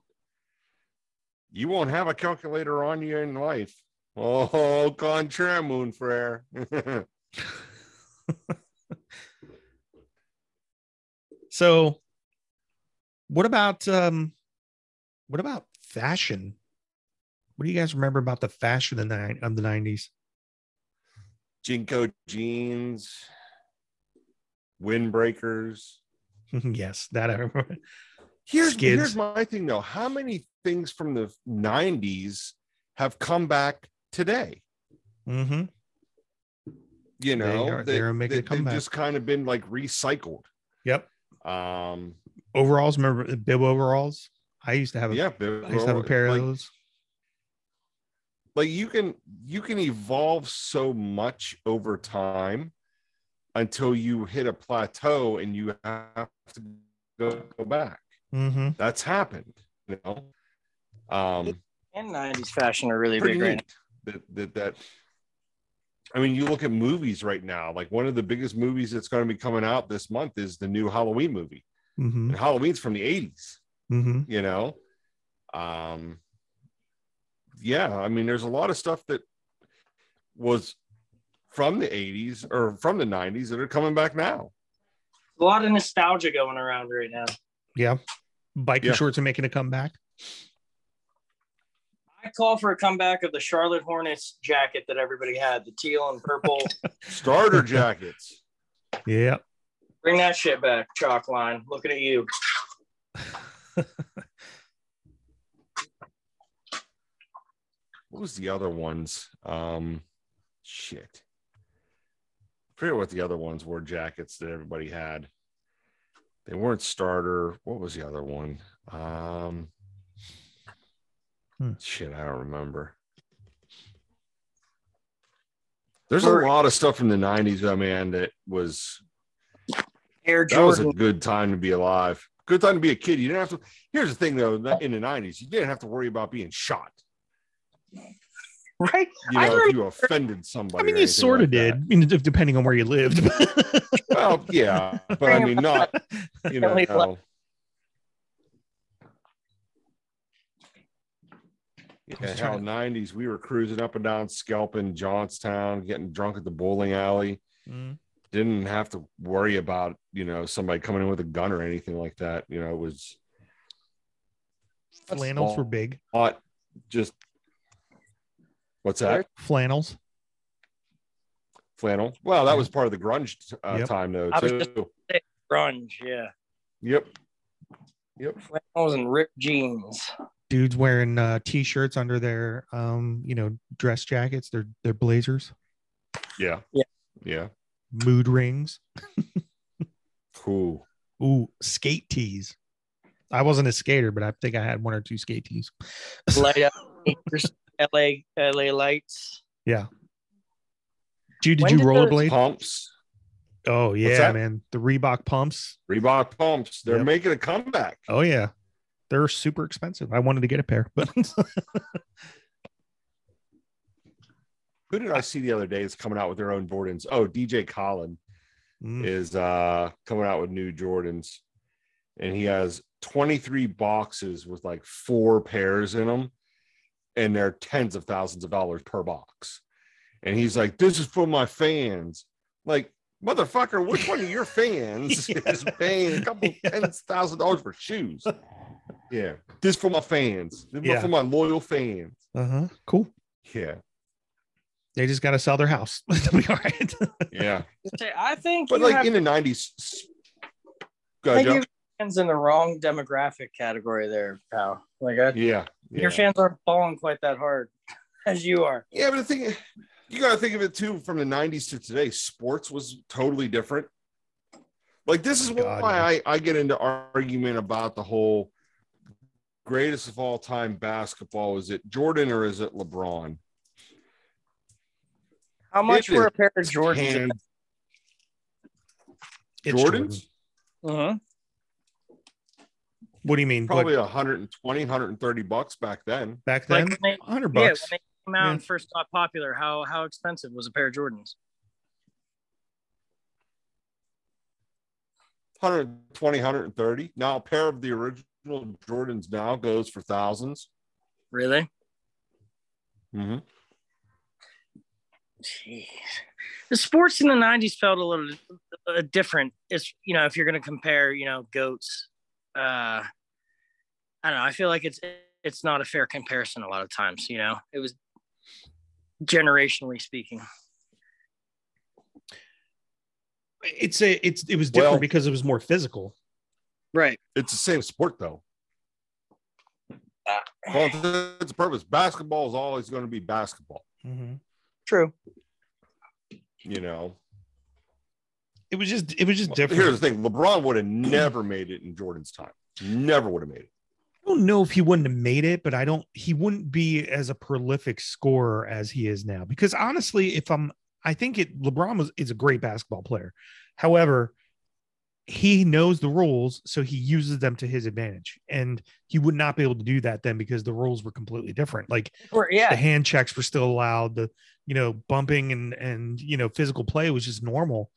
Speaker 2: you won't have a calculator on you in life. Oh, contraire, Moon Frere.
Speaker 1: so what about um, what about fashion? What do you guys remember about the fashion of the nine of the nineties?
Speaker 2: Jinko jeans, windbreakers.
Speaker 1: yes, that I remember.
Speaker 2: Here's,
Speaker 1: Skids.
Speaker 2: here's my thing, though. How many things from the 90s have come back today?
Speaker 1: Mm-hmm.
Speaker 2: You
Speaker 1: They
Speaker 2: know,
Speaker 1: are- they're making a
Speaker 2: they've
Speaker 1: comeback.
Speaker 2: just kind of been like recycled.
Speaker 1: Yep.
Speaker 2: Um,
Speaker 1: Overalls. Remember the bib overalls? I used to have a,
Speaker 2: yeah, but-
Speaker 1: I used to have a pair of
Speaker 2: like,
Speaker 1: those.
Speaker 2: like you can you can evolve so much over time until you hit a plateau and you have to go, go back.
Speaker 1: Mm-hmm.
Speaker 2: That's happened, you know. Um,
Speaker 3: And 90s fashion are really
Speaker 2: pretty
Speaker 3: big right
Speaker 2: neat that, that that. I mean, you look at movies right now. Like one of the biggest movies that's going to be coming out this month is the new Halloween movie.
Speaker 1: Mm-hmm.
Speaker 2: And Halloween's from the '80s.
Speaker 1: Mm-hmm.
Speaker 2: you know um yeah i mean there's a lot of stuff that was from the 80s or from the 90s that are coming back now
Speaker 3: a lot of nostalgia going around right now.
Speaker 1: Yeah. Biking
Speaker 2: Yeah.
Speaker 1: shorts are making a comeback.
Speaker 3: I call for a comeback of the Charlotte Hornets jacket that everybody had, the teal and purple.
Speaker 2: starter jackets
Speaker 1: Yeah.
Speaker 3: Bring that shit back, chalk line. Looking at you.
Speaker 2: what was the other ones um shit I forget what the other ones were jackets that everybody had they weren't starter what was the other one um
Speaker 1: Hmm.
Speaker 2: shit i don't remember there's a
Speaker 3: Murray.
Speaker 2: lot of stuff from the 90s though man that was
Speaker 3: Air
Speaker 2: That was a
Speaker 3: Jordan.
Speaker 2: good time to be alive. Good time to be a kid. You didn't have to. Here's the thing, though. In the '90s, you didn't have to worry about being shot.
Speaker 3: right?
Speaker 2: You
Speaker 3: I
Speaker 2: know, if
Speaker 3: remember-
Speaker 2: you offended somebody.
Speaker 1: I mean,
Speaker 2: or
Speaker 1: you
Speaker 2: anything
Speaker 1: sort of
Speaker 2: like
Speaker 1: did,
Speaker 2: that.
Speaker 1: I mean, d- depending on where you lived.
Speaker 2: Well, yeah, but I mean, not. You know,
Speaker 3: Only
Speaker 2: no. Yeah,
Speaker 1: Just trying
Speaker 2: hell,
Speaker 1: to-
Speaker 2: '90s. We were cruising up and down, scalping Johnstown, getting drunk at the bowling alley.
Speaker 1: Mm.
Speaker 2: Didn't have to worry about you know somebody coming in with a gun or anything like that. You know, it was
Speaker 1: Flannels were big.
Speaker 2: hot. Just what's that?
Speaker 1: Flannels.
Speaker 2: flannel. Well, that was part of the grunge uh,
Speaker 1: Yep.
Speaker 2: time though
Speaker 3: I was
Speaker 2: too.
Speaker 3: grunge, yeah.
Speaker 2: Yep.
Speaker 3: Flannels and ripped jeans.
Speaker 1: Dudes wearing uh, t-shirts under their, um, you know, dress jackets, their their blazers,
Speaker 2: Yeah.
Speaker 3: Yeah.
Speaker 2: Yeah.
Speaker 1: mood rings.
Speaker 2: Cool.
Speaker 1: Ooh, skate tees. I wasn't a skater, but I think I had one or two skate tees.
Speaker 3: Light up sneakers, LA LA lights.
Speaker 1: Dude, did
Speaker 3: When
Speaker 1: you
Speaker 3: did those-
Speaker 1: rollerblade?
Speaker 2: Pumps.
Speaker 1: Oh yeah,
Speaker 2: that?
Speaker 1: man. The Reebok pumps.
Speaker 2: Reebok pumps. They're
Speaker 1: Yep.
Speaker 2: making a comeback.
Speaker 1: Oh yeah. They're super expensive. I wanted to get a pair, but
Speaker 2: Who did I see the other day? Is coming out with their own Jordans. Oh, DJ Colin
Speaker 1: Mm,
Speaker 2: is uh coming out with new Jordans, and he has 23 boxes with like four pairs in them, and they're tens of thousands of dollars per box. And he's like, "This is for my fans." Like, motherfucker, which one of your fans
Speaker 1: Yeah.
Speaker 2: is paying a couple
Speaker 1: Yeah.
Speaker 2: ten thousand dollars for shoes? Yeah, this for my fans. This
Speaker 1: Yeah.
Speaker 2: for my loyal fans.
Speaker 1: uh-huh. Cool.
Speaker 2: Yeah,
Speaker 1: They just gotta sell their house. They'll be all right.
Speaker 2: yeah.
Speaker 3: I think
Speaker 2: But
Speaker 3: you
Speaker 2: like
Speaker 3: have,
Speaker 2: in the nineties,
Speaker 3: I
Speaker 2: go
Speaker 3: think you
Speaker 2: Joe.
Speaker 3: have fans in the wrong demographic category there, pal. Like I,
Speaker 2: Yeah, yeah.
Speaker 3: your fans aren't falling quite that hard as you are.
Speaker 2: Yeah, but the thing you got to think of it too from the 90s to today, sports was totally different. Like, this is
Speaker 1: Oh my God,
Speaker 2: why
Speaker 1: yeah.
Speaker 2: I, I get into argument about the whole greatest of all time basketball. Is it Jordan or is it LeBron?
Speaker 3: How much
Speaker 2: It
Speaker 3: were
Speaker 2: is
Speaker 3: a pair of Jordans?
Speaker 2: And
Speaker 1: It's Jordan.
Speaker 2: Jordan's
Speaker 3: hmm
Speaker 1: What do you mean?
Speaker 2: probably
Speaker 1: Probably
Speaker 2: 120, 130 bucks back then.
Speaker 1: back
Speaker 3: Like
Speaker 1: then?
Speaker 3: when they,
Speaker 1: hundred
Speaker 3: yeah, when
Speaker 1: bucks.
Speaker 3: they came out
Speaker 1: Yeah.
Speaker 3: and first got popular, how how expensive was a pair of Jordans?
Speaker 2: 120, 130. Now, a pair of the original Jordans now goes for 1000s
Speaker 3: Really?
Speaker 2: Mm-hmm.
Speaker 3: Jeez. The sports in the '90s felt a little uh, different. It's you know if you're going to compare, you know, goats. Uh, I don't know. I feel like it's it's not a fair comparison a lot of times. You know, it was generationally speaking.
Speaker 1: It's a it's it was different
Speaker 2: Well-
Speaker 1: because it was more physical.
Speaker 3: Right.
Speaker 2: It's the same sport though. For all intents and purpose, basketball is always going to be basketball.
Speaker 1: Mm-hmm.
Speaker 3: True.
Speaker 2: You know,
Speaker 1: It was just it was just
Speaker 2: here's
Speaker 1: different.
Speaker 2: the thing: LeBron would have never made it in Jordan's time. Never would have made it.
Speaker 1: I don't know if he wouldn't have made it, but I don't. He wouldn't be as a prolific scorer as he is now. Because honestly, if I'm, I think it. LeBron was is a great basketball player. However, he knows the rules, so he uses them to his advantage, and he would not be able to do that then because the rules were completely different. Like
Speaker 3: Or,
Speaker 1: the
Speaker 3: yeah.
Speaker 1: hand checks were still allowed the you know bumping and and you know physical play was just normal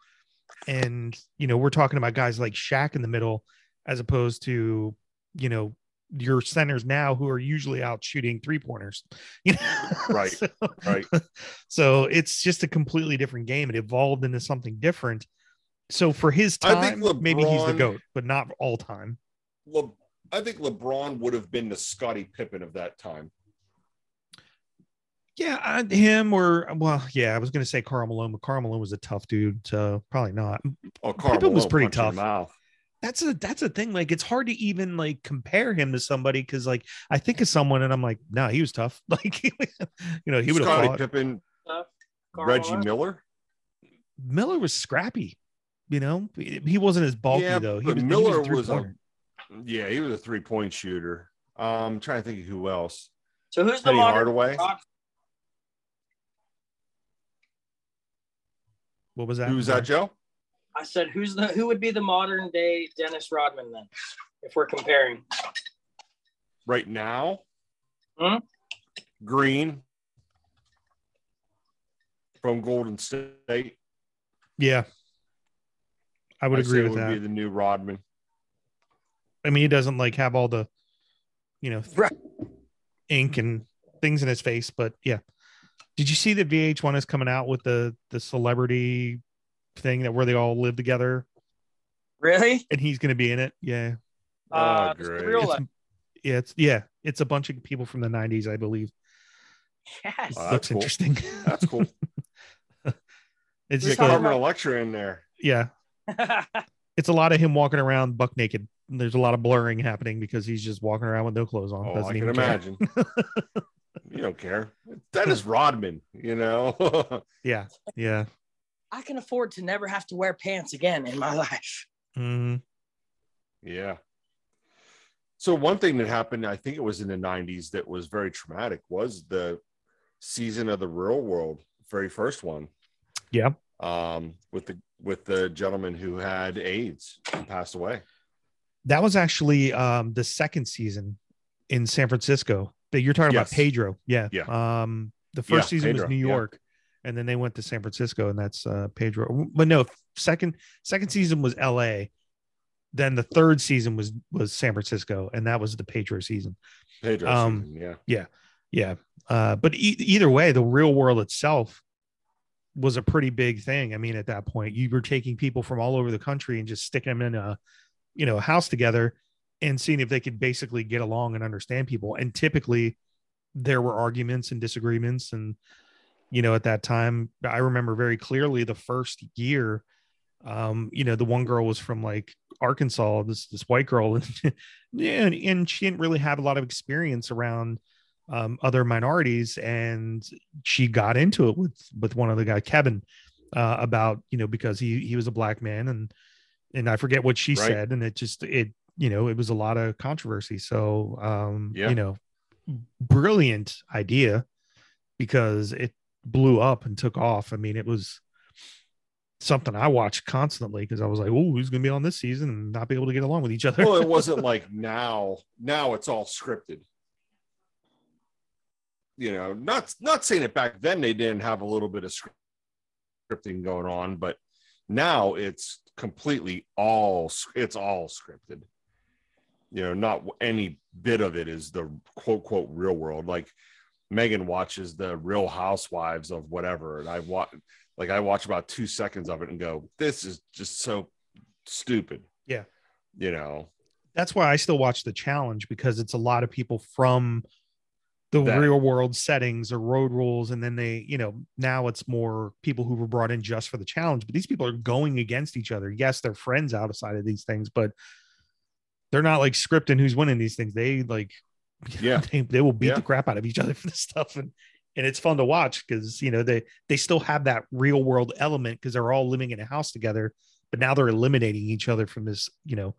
Speaker 1: and you know we're talking about guys like Shaq in the middle as opposed to you know your centers now who are usually out shooting three pointers you know
Speaker 2: Right,
Speaker 1: so,
Speaker 2: right.
Speaker 1: so it's just a completely different game it evolved into something different so for his
Speaker 2: I
Speaker 1: time
Speaker 2: think
Speaker 1: maybe he's the
Speaker 2: LeBron-
Speaker 1: goat but not all time
Speaker 2: Le- I think LeBron would have been the Scottie Pippen of that time.
Speaker 1: Yeah, I, him or well, yeah, I was gonna say Carl Malone, but Carl Malone was a tough dude, so probably not.
Speaker 2: Oh, Karl
Speaker 1: Pippen was
Speaker 2: Malone
Speaker 1: pretty
Speaker 2: punched in the
Speaker 1: tough.
Speaker 2: Mouth.
Speaker 1: That's a that's a thing. Like it's hard to even like compare him to somebody because like I think of someone and I'm like, no, he was tough. Like you know, he would have
Speaker 2: Scottie
Speaker 1: fought.
Speaker 2: Pippen,
Speaker 3: Karl
Speaker 2: Reggie
Speaker 3: Malone.
Speaker 2: Miller.
Speaker 1: Miller was scrappy. You know, he he wasn't as bulky
Speaker 2: Yeah,
Speaker 1: though. He
Speaker 2: but
Speaker 1: was,
Speaker 2: Miller
Speaker 1: he
Speaker 2: was a-
Speaker 1: three-pointer.
Speaker 2: Yeah, he was a three point shooter. Um, I'm trying to think of who else.
Speaker 3: So who's the
Speaker 2: Penny
Speaker 3: modern?
Speaker 2: Hardaway.
Speaker 3: Rock-
Speaker 1: what was that?
Speaker 2: Who was that, Joe?
Speaker 3: I said, who's the who would be the modern day Dennis Rodman then, if we're comparing?
Speaker 2: Right now,
Speaker 3: Hmm?
Speaker 2: Green from Golden State.
Speaker 1: Yeah. I would
Speaker 2: I'd say
Speaker 1: agree with
Speaker 2: would
Speaker 1: that.
Speaker 2: Be the new Rodman.
Speaker 1: I mean, he doesn't like have all the, you know,
Speaker 3: Right.
Speaker 1: ink and things in his face, but yeah. Did you see that VH1 is coming out with the the celebrity thing that where they all live together
Speaker 3: Really?
Speaker 1: and he's going to be in it? Yeah.
Speaker 2: Oh,
Speaker 3: Uh, this is
Speaker 2: great.
Speaker 3: real
Speaker 1: It's,
Speaker 3: life.
Speaker 1: yeah, it's yeah, it's a bunch of people from the 90s, I believe.
Speaker 3: Yes.
Speaker 2: Wow.
Speaker 1: Looks
Speaker 2: that's Ah, cool.
Speaker 1: interesting.
Speaker 2: That's cool.
Speaker 1: it's
Speaker 2: Get
Speaker 1: just
Speaker 3: Sounds
Speaker 1: a,
Speaker 3: like-
Speaker 2: Carmen Electra in there.
Speaker 1: yeah, it's a lot of him walking around buck naked. There's a lot of blurring happening because he's just walking around with no clothes on.
Speaker 2: Oh,
Speaker 1: Doesn't
Speaker 2: I can
Speaker 1: even care.
Speaker 2: imagine. you don't care. That is Rodman, you know.
Speaker 1: Yeah, yeah.
Speaker 3: I can afford to never have to wear pants again in my life.
Speaker 1: Mhm.
Speaker 2: yeah. So one thing that happened, I think it was in the '90s, that was very traumatic was the season of the Real World, very first one.
Speaker 1: Yeah.
Speaker 2: Um, with the with the gentleman who had AIDS and passed away.
Speaker 1: That was actually um the second season in San Francisco that you're talking
Speaker 2: Yes.
Speaker 1: about Pedro. Yeah.
Speaker 2: Yeah.
Speaker 1: Um the first
Speaker 2: Yeah,
Speaker 1: season
Speaker 2: Pedro,
Speaker 1: was New
Speaker 2: yeah.
Speaker 1: York and then they went to San Francisco and that's uh Pedro. But no, second second season was LA. Then the third season was was San Francisco and that was the Pedro season.
Speaker 2: Pedro.
Speaker 1: Um,
Speaker 2: season, yeah.
Speaker 1: Yeah. Uh but e- either way the real world itself was a pretty big thing. I mean at that point you were taking people from all over the country and just sticking them in a you know, a house together and seeing if they could basically get along and understand people. And typically there were arguments and disagreements. And, you know, at that time, I remember very clearly the first year, um, you know, the one girl was from like Arkansas, this, this white girl. And, yeah, and, and she didn't really have a lot of experience around um, other minorities. And she got into it with, with one of the guy, Kevin, uh, about, you know, because he, he was a black man and, and I forget what she
Speaker 2: Right.
Speaker 1: said. And it just, it, you know it was a lot of controversy so um
Speaker 2: Yeah.
Speaker 1: you know brilliant idea because it blew up and took off i mean it was something i watched constantly because i was like oh who's gonna be on this season and not be able to get along with each other
Speaker 2: well, it wasn't like now. Now it's all scripted. You know, not not saying it back then they didn't have a little bit of script- scripting going on, but now it's completely all s- it's all scripted. You know, not any bit of it is the quote quote real world. Like Megan watches the Real Housewives of whatever, and I watch like I watch about two seconds of it and go, "This is just so stupid."
Speaker 1: Yeah.
Speaker 2: you know,
Speaker 1: that's why i still watch the challenge because it's a lot of people from the
Speaker 2: That.
Speaker 1: real world settings or road rules and then they you know now it's more people who were brought in just for the challenge but these people are going against each other yes they're friends outside of these things but they're not like scripting who's winning these things they like
Speaker 2: Yeah.
Speaker 1: they, they will beat
Speaker 2: Yeah.
Speaker 1: the crap out of each other for this stuff and and it's fun to watch because you know they they still have that real world element because they're all living in a house together but now they're eliminating each other from this you know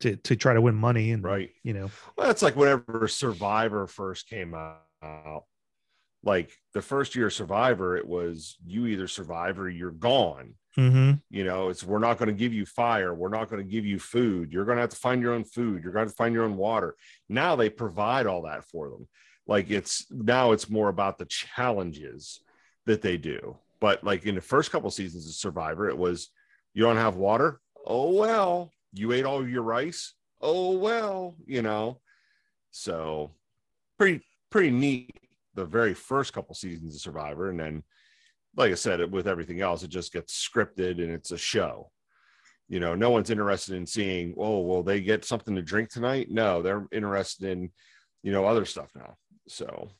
Speaker 1: to to try to win money and
Speaker 2: right?
Speaker 1: you know
Speaker 2: Well, that's like whenever Survivor first came out. Like the first year of Survivor, it was you either survive or you're gone.
Speaker 1: mm-hmm.
Speaker 2: You know, it's we're not going to give you fire. We're not going to give you food. You're going to have to find your own food. You're going to have to find your own water. Now they provide all that for them. Like it's now it's more about the challenges that they do. But like in the first couple seasons of Survivor, it was you don't have water. Oh well, you ate all of your rice. Oh well, you know. So pretty pretty neat the very first couple seasons of Survivor, and then like I said, it- with everything else, it just gets scripted and it's a show. You know, no one's interested in seeing, oh, will they get something to drink tonight? No, they're interested in, you know, other stuff now. So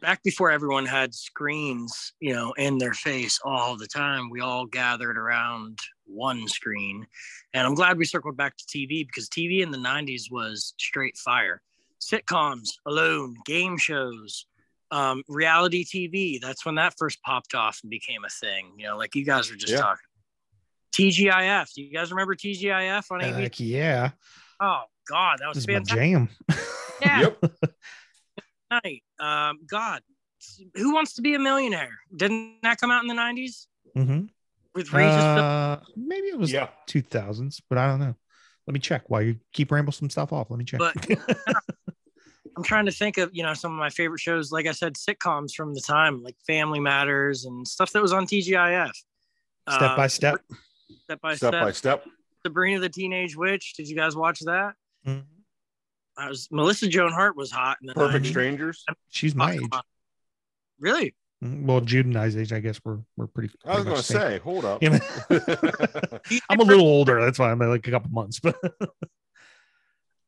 Speaker 3: Back before everyone had screens, you know, in their face all the time, we all gathered around one screen. And I'm glad we circled back to TV because TV in the 90s was straight fire. Sitcoms alone, game shows, um, reality TV. That's when that first popped off and became a thing. You know, like you guys were just
Speaker 2: Yeah.
Speaker 3: talking. TGIF. Do you guys remember TGIF on ABC?
Speaker 1: Heck yeah
Speaker 3: Oh God, that
Speaker 1: this is
Speaker 3: was
Speaker 1: my
Speaker 3: fantastic.
Speaker 1: jam
Speaker 3: Yeah,
Speaker 2: yep,
Speaker 3: night. Um, God, who wants to be a millionaire? Didn't that come out in the nineties?
Speaker 1: hmm
Speaker 3: with Regis.
Speaker 1: Uh, maybe it was
Speaker 2: yeah.
Speaker 1: 2000s, but I don't know. Let me check while you keep ramble some stuff off. Let me check.
Speaker 3: But- I'm trying to think of you know some of my favorite shows. Like I said, sitcoms from the time, like Family Matters and stuff that was on TGIF.
Speaker 1: step
Speaker 3: uh,
Speaker 1: by step.
Speaker 3: Um, step by
Speaker 2: step
Speaker 3: step,
Speaker 2: by step.
Speaker 3: Sabrina the Teenage Witch. Did you guys watch that?
Speaker 1: Mhm.
Speaker 3: I was Melissa Joan Hart was hot. In the
Speaker 2: Perfect
Speaker 3: 90s.
Speaker 2: strangers.
Speaker 1: She's my age.
Speaker 3: Really?
Speaker 1: Mhm. Well, Jude and I's age, I guess we're we're pretty.
Speaker 2: I
Speaker 1: pretty
Speaker 2: was gonna
Speaker 1: much the
Speaker 2: say, hold up.
Speaker 1: same. I'm a little older. That's why I'm like a couple months, but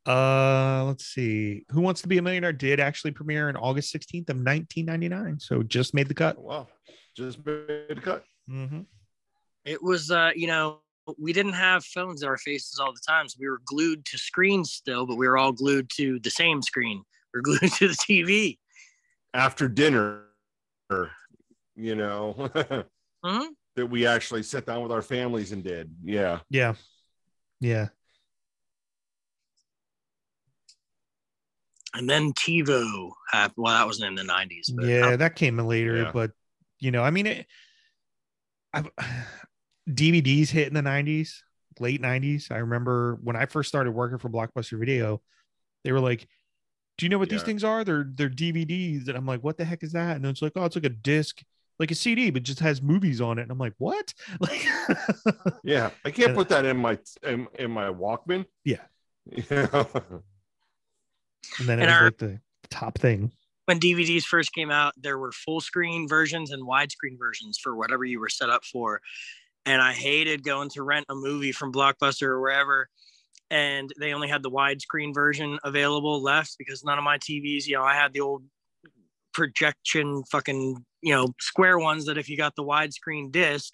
Speaker 1: uh let's see. Who Wants to Be a Millionaire did actually premiere on August 16th of 1999. So just made the cut.
Speaker 2: wow, just made a cut.
Speaker 1: Mm-hmm.
Speaker 3: It was uh, you know we didn't have phones in our faces all the time, so we were glued to screens still, but we were all glued to the same screen. We are glued to the TV.
Speaker 2: after dinner, you know,
Speaker 3: Mhm.
Speaker 2: that we actually sat down with our families and did. Yeah.
Speaker 1: Yeah. Yeah.
Speaker 3: And then TiVo happened. Well, that wasn't in the 90s. But
Speaker 1: yeah, that came in later,
Speaker 2: Yeah.
Speaker 1: but you know, I mean it I've DVDs hit in the 90s, late 90s. I remember when I first started working for Blockbuster Video, they were like, Do you know what these
Speaker 2: Yeah.
Speaker 1: things are? They're they're DVDs. And I'm like, what the heck is that? And it's like, oh, it's like a disc, like a CD, but just has movies on it. And I'm like, what? Like
Speaker 2: Yeah. I can't
Speaker 1: And-
Speaker 2: put that in my in, in my Walkman.
Speaker 1: Yeah.
Speaker 2: Yeah.
Speaker 1: and then it
Speaker 3: And
Speaker 1: was
Speaker 3: our-
Speaker 1: like the top thing.
Speaker 3: when DVDs first came out, there were full screen versions and widescreen versions for whatever you were set up for. And I hated going to rent a movie from Blockbuster or wherever. And they only had the widescreen version available left because none of my TVs, you know, I had the old projection fucking, you know, square ones that if you got the widescreen disc,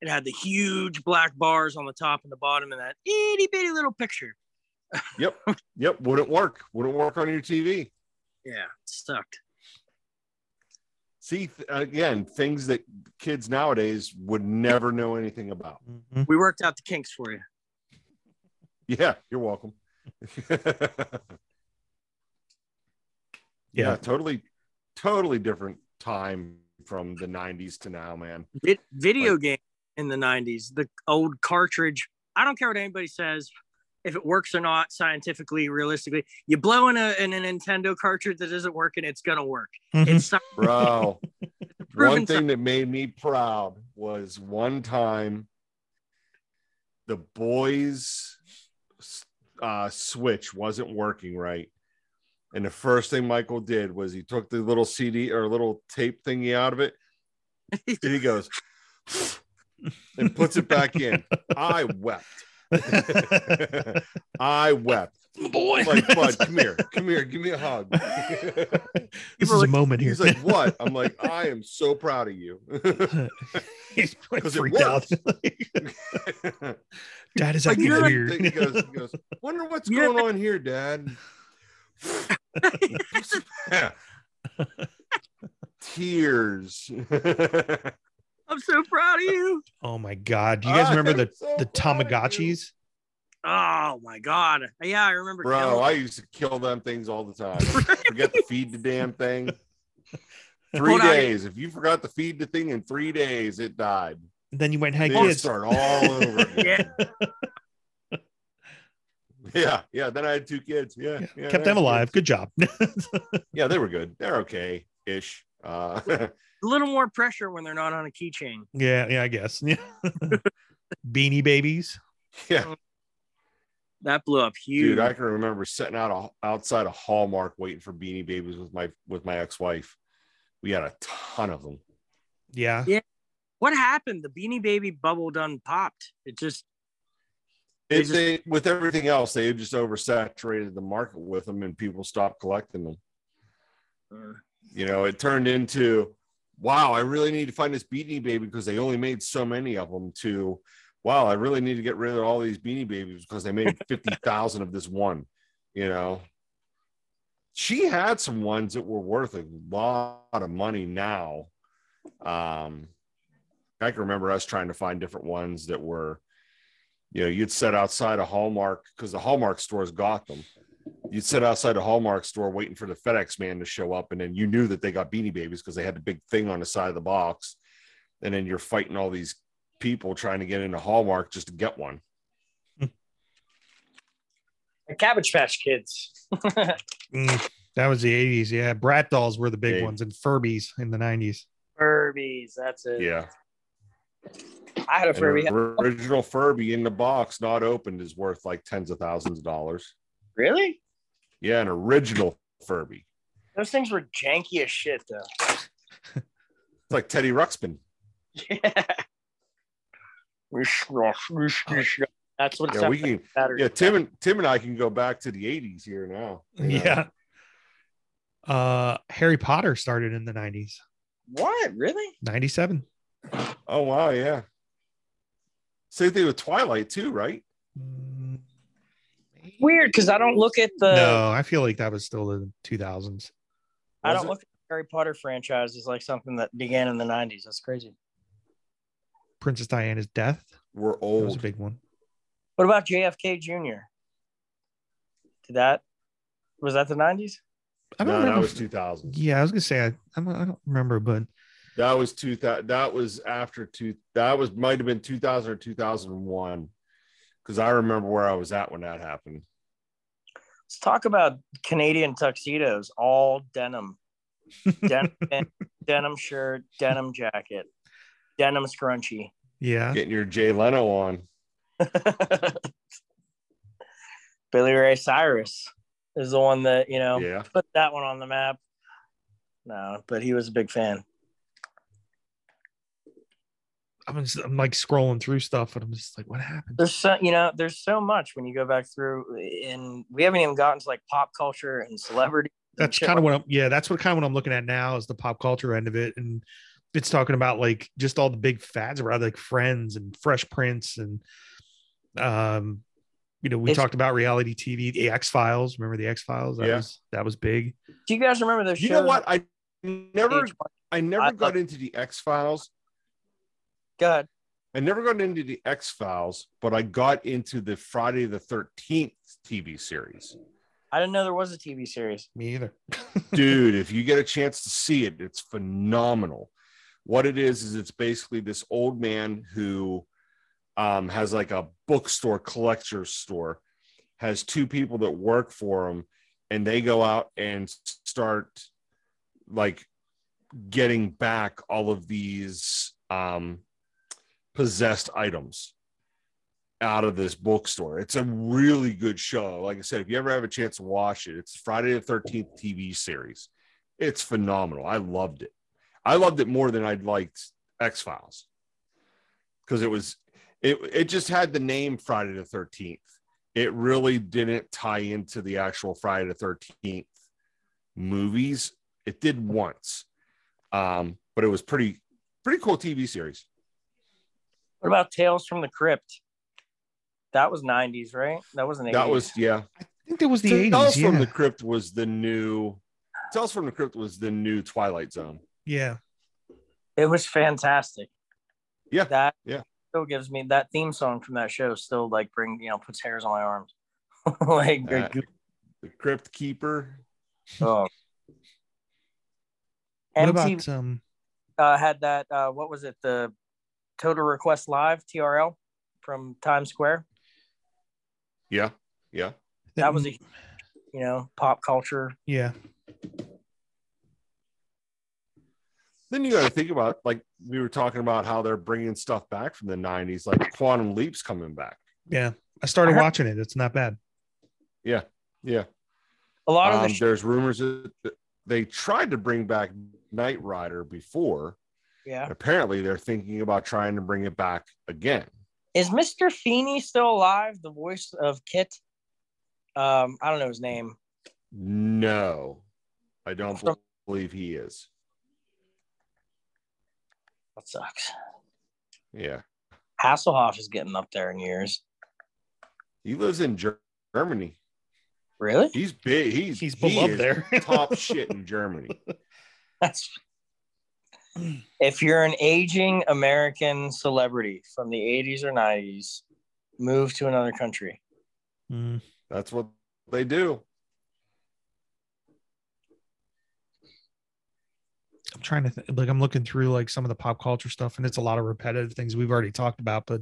Speaker 3: it had the huge black bars on the top and the bottom and that itty bitty little picture.
Speaker 2: yep. Yep. Wouldn't work. Wouldn't work on your TV.
Speaker 3: Yeah, it sucked.
Speaker 2: See th- again, things that kids nowadays would never know anything about.
Speaker 1: Mhm.
Speaker 3: We worked out the kinks for you.
Speaker 2: Yeah, you're welcome. yeah.
Speaker 1: Yeah.
Speaker 2: totally, totally different time from the 90s to now, man.
Speaker 3: Vid- video game in the 90s, the old cartridge. I don't care what anybody says, if it works or not, scientifically, realistically. You blow in a, in a Nintendo cartridge that isn't working, it's going to work.
Speaker 1: Mhm.
Speaker 3: It's sci-
Speaker 2: bro.
Speaker 3: proven
Speaker 2: one thing that made me proud was one time the boys' uh, switch wasn't working right, and the first thing Michael did was he took the little CD or little tape thingy out of it, and he goes and puts it back in. I wept. I wept.
Speaker 1: Boy.
Speaker 2: Like, bud, come here, come here, give me a hug.
Speaker 1: this is a
Speaker 3: like-
Speaker 1: moment here.
Speaker 2: He's like, what? I'm like, I am so proud of you.
Speaker 1: He's like
Speaker 2: 'Cause it
Speaker 1: freaked out. Dad is
Speaker 3: Like,
Speaker 1: acting
Speaker 3: you're like-
Speaker 1: weird.
Speaker 2: He goes, he goes, wonder what's
Speaker 3: You're
Speaker 2: going on here, Dad. Tears. you
Speaker 3: I'm so proud of you.
Speaker 1: oh my god! Do you
Speaker 2: Ah,
Speaker 1: guys remember the the Tamagotchis?
Speaker 3: Oh my God. Yeah, I remember.
Speaker 2: Bro,
Speaker 3: Kelly.
Speaker 2: I used to kill them things all the time. Forget to feed the damn thing. Three
Speaker 3: Hold on.
Speaker 2: days. If you forgot to feed the thing in three days, it died.
Speaker 1: Then you went and
Speaker 2: They
Speaker 1: had
Speaker 2: had to
Speaker 1: kids.
Speaker 2: start all over. Again.
Speaker 3: yeah,
Speaker 2: Yeah, yeah. Then I had two kids. Yeah, yeah, I
Speaker 1: Kept
Speaker 2: had
Speaker 1: them
Speaker 2: two
Speaker 1: alive.
Speaker 2: kids.
Speaker 1: Good job.
Speaker 2: Yeah, they were good. They're okay ish. Uh,
Speaker 3: a little more pressure when they're not on a keychain.
Speaker 1: yeah, yeah, I guess. Yeah. Beanie babies.
Speaker 2: yeah,
Speaker 3: That blew up huge.
Speaker 2: dude, I can remember sitting out a, outside a Hallmark waiting for Beanie Babies with my with my ex wife. We had a ton of them.
Speaker 1: Yeah.
Speaker 3: what happened? The Beanie Baby bubble done popped. It just They
Speaker 2: If
Speaker 3: just-
Speaker 2: they with everything else, they just oversaturated the market with them, and people stopped collecting them.
Speaker 3: Uh.
Speaker 2: You know, it turned into, wow, I really need to find this Beanie Baby because they only made so many of them. To, wow, I really need to get rid of all these Beanie Babies because they made fifty thousand of this one. You know, she had some ones that were worth a lot of money now. Um, I can remember us trying to find different ones that were, you know, you'd set outside a Hallmark because the Hallmark stores got them. You'd sit outside a Hallmark store waiting for the FedEx man to show up, and then you knew that they got Beanie Babies because they had the big thing on the side of the box. And then you're fighting all these people trying to get into Hallmark just to get one.
Speaker 3: The Cabbage Patch Kids.
Speaker 1: Mm, that was the 80s. Yeah. Brat dolls were the big
Speaker 2: Yeah.
Speaker 1: ones and Furbies in the 90s.
Speaker 3: Furbies. That's it.
Speaker 2: Yeah.
Speaker 3: I had a
Speaker 2: An
Speaker 3: Furby.
Speaker 2: original Furby in the box, not opened, is worth like tens of thousands of dollars.
Speaker 3: Really?
Speaker 2: Yeah, an original Furby.
Speaker 3: Those things were janky as shit, though.
Speaker 2: It's like Teddy Ruxpin.
Speaker 3: Yeah. That's what it
Speaker 2: Yeah,
Speaker 3: sounds
Speaker 2: we
Speaker 3: like.
Speaker 2: can.
Speaker 3: Saturday.
Speaker 2: Yeah, Tim and Tim and I can go back to the '80s here now. you know?
Speaker 1: Yeah. Uh, Harry Potter started in the 90s,
Speaker 3: What? Really?
Speaker 1: 97.
Speaker 2: Oh wow, yeah. Same thing with Twilight too, right?
Speaker 1: Mm,
Speaker 3: Weird, because I don't look at the
Speaker 1: no, I feel like that was still the 2000s.
Speaker 3: I
Speaker 2: Was
Speaker 3: don't
Speaker 2: it?
Speaker 3: look at the Harry Potter franchise as like something that began in the '90s. That's crazy.
Speaker 1: Princess Diana's death.
Speaker 2: We're
Speaker 1: That was a
Speaker 2: old.
Speaker 1: big one.
Speaker 3: What about JFK Jr.? Did that was that the '90s?
Speaker 1: I don't
Speaker 2: no, that
Speaker 1: remember.
Speaker 2: was
Speaker 1: if-
Speaker 2: 2000.
Speaker 1: yeah, I was gonna say I, I'm- I don't remember, but
Speaker 2: That was 2000. That was after two. That was might have been 2000 or 2001, because I remember where I was at when that happened.
Speaker 3: Let's talk about Canadian tuxedos, all denim, denim, denim shirt, denim jacket, denim scrunchie.
Speaker 1: yeah,
Speaker 2: Getting your Jay Leno on.
Speaker 3: Billy Ray Cyrus is the one that you know
Speaker 2: Yeah.
Speaker 3: put that one on the map. No, but he was a big fan.
Speaker 1: I'm, just, I'm like scrolling through stuff, and I'm just like, what happened?
Speaker 3: there's so you know there's so much when you go back through and we haven't even gotten to like pop culture and celebrity and
Speaker 1: That's
Speaker 3: shit
Speaker 1: kind of
Speaker 3: like-
Speaker 1: what I'm. Yeah, that's what kind of what I'm looking at now is the pop culture end of it, and it's talking about like just all the big fads around like Friends and Fresh Prince, and um, you know, we
Speaker 3: It's-
Speaker 1: talked about reality TV, the X Files. Remember the X Files? That
Speaker 2: Yeah.
Speaker 1: was that was big.
Speaker 3: do you guys remember those
Speaker 2: You
Speaker 3: shows
Speaker 2: know what? I never.
Speaker 3: H1?
Speaker 2: I never
Speaker 3: I-
Speaker 2: got into the X Files.
Speaker 3: go ahead
Speaker 2: I never got into the X Files, but I got into the Friday the 13th TV series.
Speaker 3: i didn't know there was a tv series
Speaker 1: Me either.
Speaker 2: dude if you get a chance to see it it's phenomenal what it is is it's basically this old man who um, has like a bookstore collector's store has two people that work for him and they go out and start like getting back all of these um, possessed items out of this bookstore. It's a really good show. Like I said, if you ever have a chance to watch it, it's Friday the 13th TV series. It's phenomenal. I loved it. I loved it more than I'd liked X Files because it was, it, it just had the name Friday the 13th. It really didn't tie into the actual Friday the 13th movies. It did once, um, but it was pretty, pretty cool TV series.
Speaker 3: what about tales from the crypt that was 90s right that wasn't 80s.
Speaker 2: That was, yeah.
Speaker 1: I think that was the
Speaker 2: Tales
Speaker 1: 80s. Yeah.
Speaker 2: from the Crypt was the new. Tales from the Crypt was the new Twilight Zone.
Speaker 1: yeah,
Speaker 3: it was fantastic
Speaker 2: Yeah,
Speaker 3: that
Speaker 2: yeah.
Speaker 3: still gives me that theme song from that show still like bring you know puts hairs on my arms like
Speaker 2: Uh, the Crypt Keeper.
Speaker 3: oh.
Speaker 1: What
Speaker 3: MTV
Speaker 1: about um?
Speaker 3: uh, had that uh, what was it the total request live trl from times square
Speaker 2: Yeah, yeah.
Speaker 3: That
Speaker 2: Mm.
Speaker 3: was a- you know pop culture
Speaker 1: yeah.
Speaker 2: Then you got to think about like we were talking about how they're bringing stuff back from the '90s, like Quantum Leap's coming back.
Speaker 1: Yeah. I started
Speaker 3: I heard-
Speaker 1: watching it. It's not bad.
Speaker 2: Yeah.
Speaker 3: a lot of
Speaker 2: Um,
Speaker 3: the sh-
Speaker 2: there's rumors that they tried to bring back Knight Rider before.
Speaker 3: yeah
Speaker 2: Apparently, they're thinking about trying to bring it back again.
Speaker 3: is mr feeney still alive the voice of kit um i don't know his name
Speaker 2: No, I don't
Speaker 3: From-
Speaker 2: believe he is.
Speaker 3: that sucks
Speaker 2: Yeah,
Speaker 3: hasselhoff is getting up there in years
Speaker 2: he lives in Ger- Germany.
Speaker 3: really
Speaker 2: He's big. He's
Speaker 1: He's
Speaker 2: he
Speaker 1: beloved
Speaker 2: is
Speaker 1: there.
Speaker 2: top shit in Germany.
Speaker 3: that's if you're an aging american celebrity from the 80s or 90s move to another country
Speaker 1: Mm.
Speaker 2: That's what they do.
Speaker 1: I'm trying to th- like I'm looking through like some of the pop culture stuff, and it's a lot of repetitive things we've already talked about. But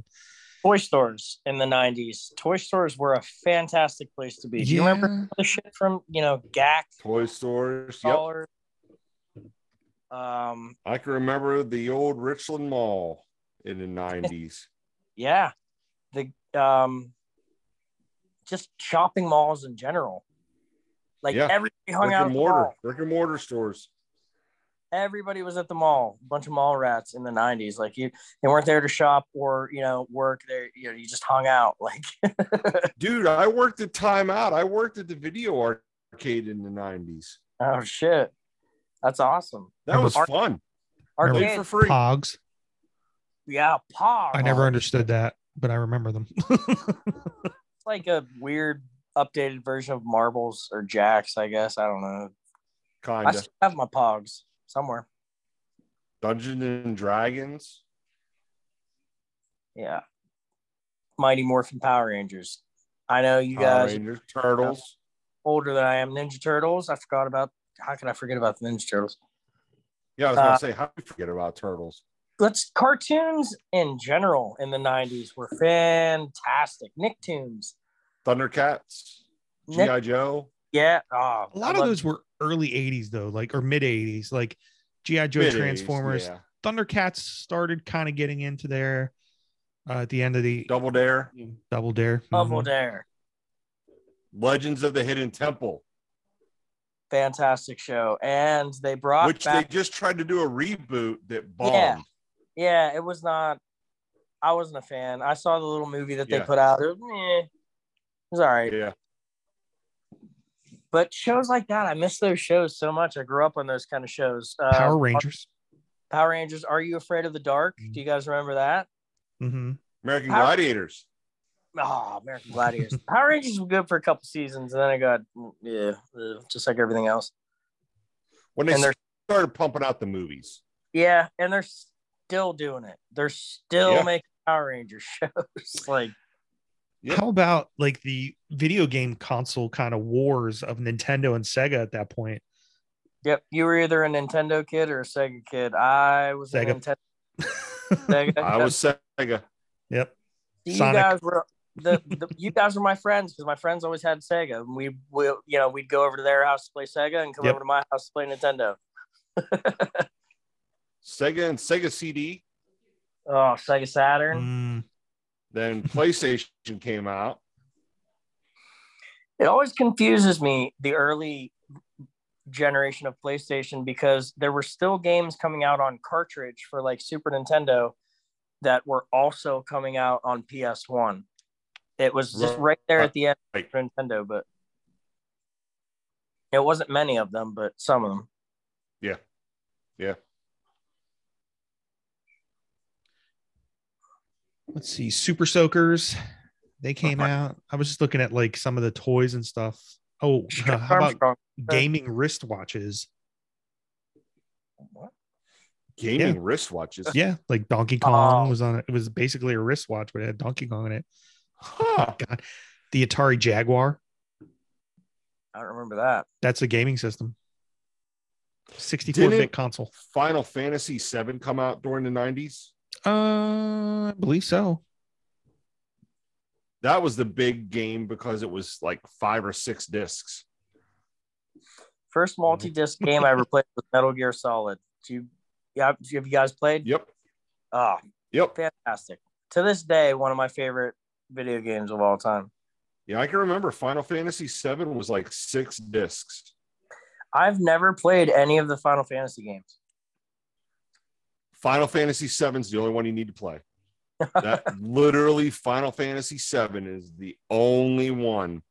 Speaker 3: toy stores in the 90s. Toy stores were a fantastic place to be. Do you
Speaker 1: Yeah.
Speaker 3: remember the shit from, you know, GAC,
Speaker 2: Toy stores. Yep.
Speaker 3: Dollar? Um,
Speaker 2: I can remember the old Richland Mall in the 90s.
Speaker 3: yeah. The um just shopping malls in general. Like
Speaker 2: Yeah.
Speaker 3: everybody hung
Speaker 2: Rick
Speaker 3: out at
Speaker 2: and
Speaker 3: the
Speaker 2: mortar.
Speaker 3: mall.
Speaker 2: Rick and mortar stores.
Speaker 3: Everybody was at the mall, a bunch of mall rats in the 90s. Like you they weren't there to shop or, you know, work. They you know, you just hung out. Like
Speaker 2: Dude, I worked at Time Out. I worked at the video arcade in the 90s.
Speaker 3: oh shit. That's awesome.
Speaker 2: That was
Speaker 3: Ar-
Speaker 2: fun.
Speaker 1: Remember-
Speaker 2: Played
Speaker 3: Arcade,
Speaker 2: for free.
Speaker 1: Pogs,
Speaker 3: yeah, pog.
Speaker 1: I never understood that, but I remember them.
Speaker 3: It's like a weird updated version of marbles or jacks, I guess. I don't know. I
Speaker 2: Kinda.
Speaker 3: still have my pogs somewhere.
Speaker 2: Dungeons and Dragons.
Speaker 3: Yeah. Mighty Morphin Power Rangers. I know you
Speaker 2: Power
Speaker 3: guys are
Speaker 2: Rangers, Turtles.
Speaker 3: older than I am. Ninja Turtles. I forgot about how can I forget about the Ninja Turtles?
Speaker 2: Yeah, I was gonna
Speaker 3: Uh,
Speaker 2: say, how do you forget about turtles?
Speaker 3: Let's cartoons in general in the 90s were fantastic. Nicktoons.
Speaker 2: Thundercats,
Speaker 3: Nick,
Speaker 2: GI Joe,
Speaker 3: yeah. Oh,
Speaker 1: a lot of those were early 80s though, like or mid 80s, like GI Joe
Speaker 2: Mid-eighties,
Speaker 1: Transformers,
Speaker 2: yeah.
Speaker 1: Thundercats started kind of getting into there uh, at the end of the
Speaker 2: Double Dare,
Speaker 1: Double Dare.
Speaker 3: Double
Speaker 1: Mhm.
Speaker 3: Dare.
Speaker 2: Legends of the Hidden Temple,
Speaker 3: Fantastic show. And they brought
Speaker 2: which
Speaker 3: back
Speaker 2: they just tried to do a reboot that bombed.
Speaker 3: Yeah. Yeah, it was not. I wasn't a fan. I saw the little movie that they
Speaker 2: Yeah.
Speaker 3: put out. It was, eh, it was all right.
Speaker 2: Yeah.
Speaker 3: But shows like that, I miss those shows so much. I grew up on those kind of shows. Uh,
Speaker 1: Power Rangers.
Speaker 3: Power Rangers. Are you afraid of the dark?
Speaker 1: Mm-hmm.
Speaker 3: Do you guys remember that?
Speaker 1: hmm
Speaker 2: American
Speaker 3: Power-
Speaker 2: Gladiators.
Speaker 3: Oh, American Gladiators. Power Rangers were good for a couple seasons, and then I got yeah, eh, just like everything else.
Speaker 2: When they
Speaker 3: And they're-
Speaker 2: started pumping out the movies,
Speaker 3: Yeah, and they're still doing it. They're still
Speaker 2: Yeah.
Speaker 3: making Power Rangers shows. like
Speaker 2: Yep.
Speaker 1: How about like the video game console kind of wars of Nintendo and Sega at that point?
Speaker 3: Yep, you were either a Nintendo kid or a Sega kid. I was a
Speaker 1: Sega.
Speaker 3: Nintendo. Sega.
Speaker 2: I was Sega.
Speaker 1: yep.
Speaker 3: You
Speaker 1: Sonic.
Speaker 3: guys were the, the you guys were my friends because my friends always had Sega, and we we you know we'd go over to their house to play Sega and come
Speaker 1: Yep.
Speaker 3: over to my house to play Nintendo.
Speaker 2: Sega and Sega CD.
Speaker 3: Oh, Sega
Speaker 1: Mm,
Speaker 3: Saturn.
Speaker 2: Then PlayStation came out.
Speaker 3: It always confuses me the early generation of PlayStation because there were still games coming out on cartridge for like Super Nintendo that were also coming out on PS One. It was just right there at the end
Speaker 2: Right.
Speaker 3: for Nintendo, but it wasn't many of them, but some of them.
Speaker 1: let's see. Super Soakers. They came out. I was just looking at like some of the toys and stuff. Oh, how about
Speaker 3: Armstrong.
Speaker 1: gaming wristwatches?
Speaker 3: What?
Speaker 2: Gaming wristwatches.
Speaker 1: Yeah, like Donkey Kong
Speaker 3: Oh.
Speaker 1: was on it. It was basically a wristwatch, but it had Donkey Kong in it.
Speaker 2: Huh.
Speaker 1: God, the Atari Jaguar.
Speaker 3: I don't remember that.
Speaker 1: That's a gaming system. 64 bit
Speaker 2: Didn't-
Speaker 1: console.
Speaker 2: Final Fantasy VII come out during the 90s.
Speaker 1: Uh, I believe so.
Speaker 2: That was the big game because it was like five or six discs.
Speaker 3: First multi-disc game I ever played was Metal Gear Solid. Do you, yeah, have you guys played?
Speaker 2: Yep.
Speaker 3: Oh,
Speaker 2: Yep.
Speaker 3: fantastic! To this day, one of my favorite video games of all time.
Speaker 2: Yeah, I can remember Final Fantasy VII was like six discs.
Speaker 3: I've never played any of the Final Fantasy games.
Speaker 2: Final Fantasy VII is the only one you need to play. That literally, Final Fantasy VII is the only one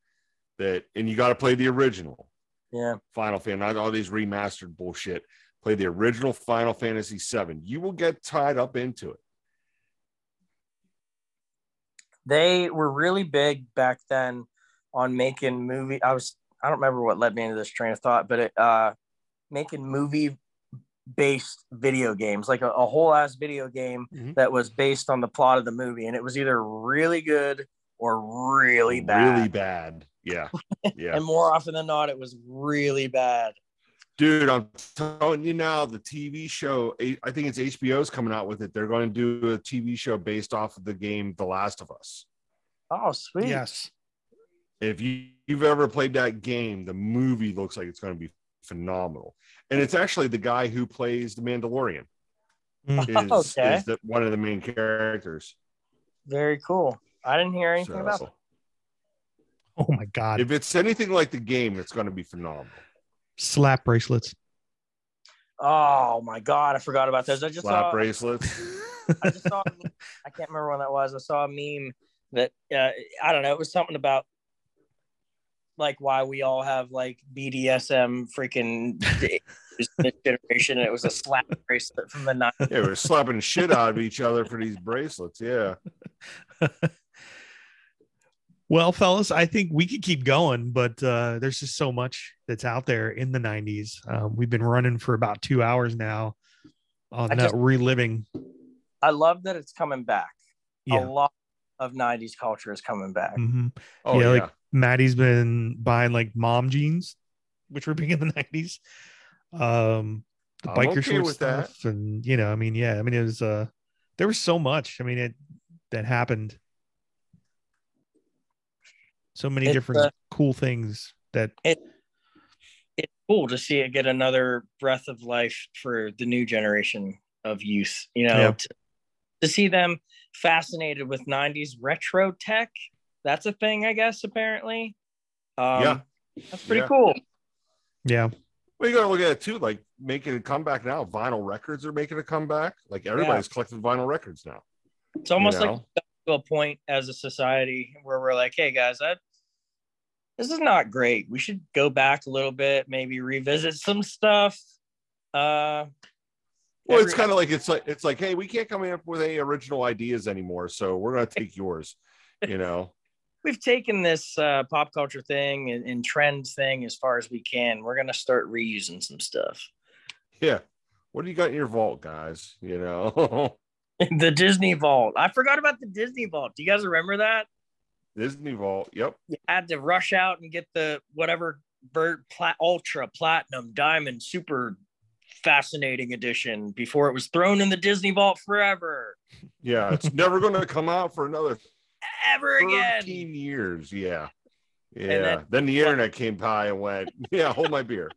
Speaker 2: that, and you got to play the original
Speaker 3: Yeah,
Speaker 2: Final Fantasy, not all these remastered bullshit. Play the original Final Fantasy VII. You will get tied up into it.
Speaker 3: they were really big back then on making movie. I was I don't remember what led me into this train of thought, but it uh, making movie based video games like a, a whole ass video game
Speaker 2: Mhm.
Speaker 3: that was based on the plot of the movie and it was either really good or really bad
Speaker 2: Really bad. Yeah. Yeah.
Speaker 3: and more often than not it was really bad
Speaker 2: Dude, I'm telling you now, the TV show, I think it's HBO's coming out with it. They're going to do a TV show based off of the game The Last of Us.
Speaker 3: Oh, sweet.
Speaker 1: Yes.
Speaker 2: If you, have ever played that game, the movie looks like it's going to be phenomenal. And it's actually the guy who plays The Mandalorian
Speaker 1: Hmm.
Speaker 2: is,
Speaker 3: Okay.
Speaker 2: is the, one of the main characters.
Speaker 3: Very cool. I didn't hear anything about
Speaker 2: So,
Speaker 3: that.
Speaker 1: Oh my god.
Speaker 2: if it's anything like the game, it's going to be phenomenal.
Speaker 1: Slap bracelets.
Speaker 3: Oh my god, I forgot about those. I just uh,
Speaker 2: Slap
Speaker 3: saw
Speaker 2: bracelets.
Speaker 3: I just saw. a meme- I can't remember when that was. I saw a meme that uh, I don't know. It was something about like why we all have like BDSM freaking this generation. And it was a slap bracelet from the night.
Speaker 2: Yeah, we're slapping the shit out of each other for these bracelets. Yeah.
Speaker 1: Well, fellas, I think we could keep going, but uh, there's just so much that's out there in the 90s. Um, we've been running for about two hours now on
Speaker 3: I
Speaker 1: that
Speaker 3: just-
Speaker 1: reliving.
Speaker 3: I love that it's coming back.
Speaker 1: Yeah.
Speaker 3: A lot of '90s culture is coming back.
Speaker 1: Mhm.
Speaker 2: Oh
Speaker 1: Yeah,
Speaker 2: yeah.
Speaker 1: like- Maddie's been buying like mom jeans, which were big in the 90s. Um, the
Speaker 2: I'm
Speaker 1: biker
Speaker 2: okay
Speaker 1: short
Speaker 2: with that.
Speaker 1: stuff, and you know, I mean, yeah, I mean, it was uh, there was so much. I mean, it that happened. So many
Speaker 3: It's,
Speaker 1: different
Speaker 3: uh,
Speaker 1: cool things that
Speaker 3: It's cool to see it get another breath of life for the new generation of youth. You know,
Speaker 1: Yeah.
Speaker 3: to, to see them fascinated with '90s retro tech. That's a thing, I guess. Apparently, um,
Speaker 2: Yeah.
Speaker 3: that's pretty
Speaker 2: Yeah.
Speaker 3: cool.
Speaker 1: yeah,
Speaker 2: Well, you gotta look at it too, like making a comeback now. Vinyl records are making a comeback. Like everybody's collecting vinyl records now.
Speaker 3: It's almost
Speaker 2: you
Speaker 3: like
Speaker 2: know?
Speaker 3: to a point as a society where we're like, hey guys, that this is not great. We should go back a little bit, maybe revisit some stuff. Uh,
Speaker 2: well, it's
Speaker 3: every-
Speaker 2: kind of like it's like it's like, hey, we can't come up with any original ideas anymore, so we're gonna take yours. You know,
Speaker 3: we've taken this uh, pop culture thing and, and trend thing as far as we can. We're gonna start reusing some stuff.
Speaker 2: yeah. What do you got in your vault, guys? You know,
Speaker 3: the Disney Vault. I forgot about the Disney Vault. Do you guys remember that?
Speaker 2: Disney vault. Yep.
Speaker 3: You had to rush out and get the whatever bird plat- ultra platinum diamond super fascinating edition before it was thrown in the Disney Vault forever.
Speaker 2: Yeah, it's never gonna come out for another
Speaker 3: ever again.
Speaker 2: thirteen years. Yeah. Yeah.
Speaker 3: then-
Speaker 2: Then, the internet came by and went, yeah, hold my beer.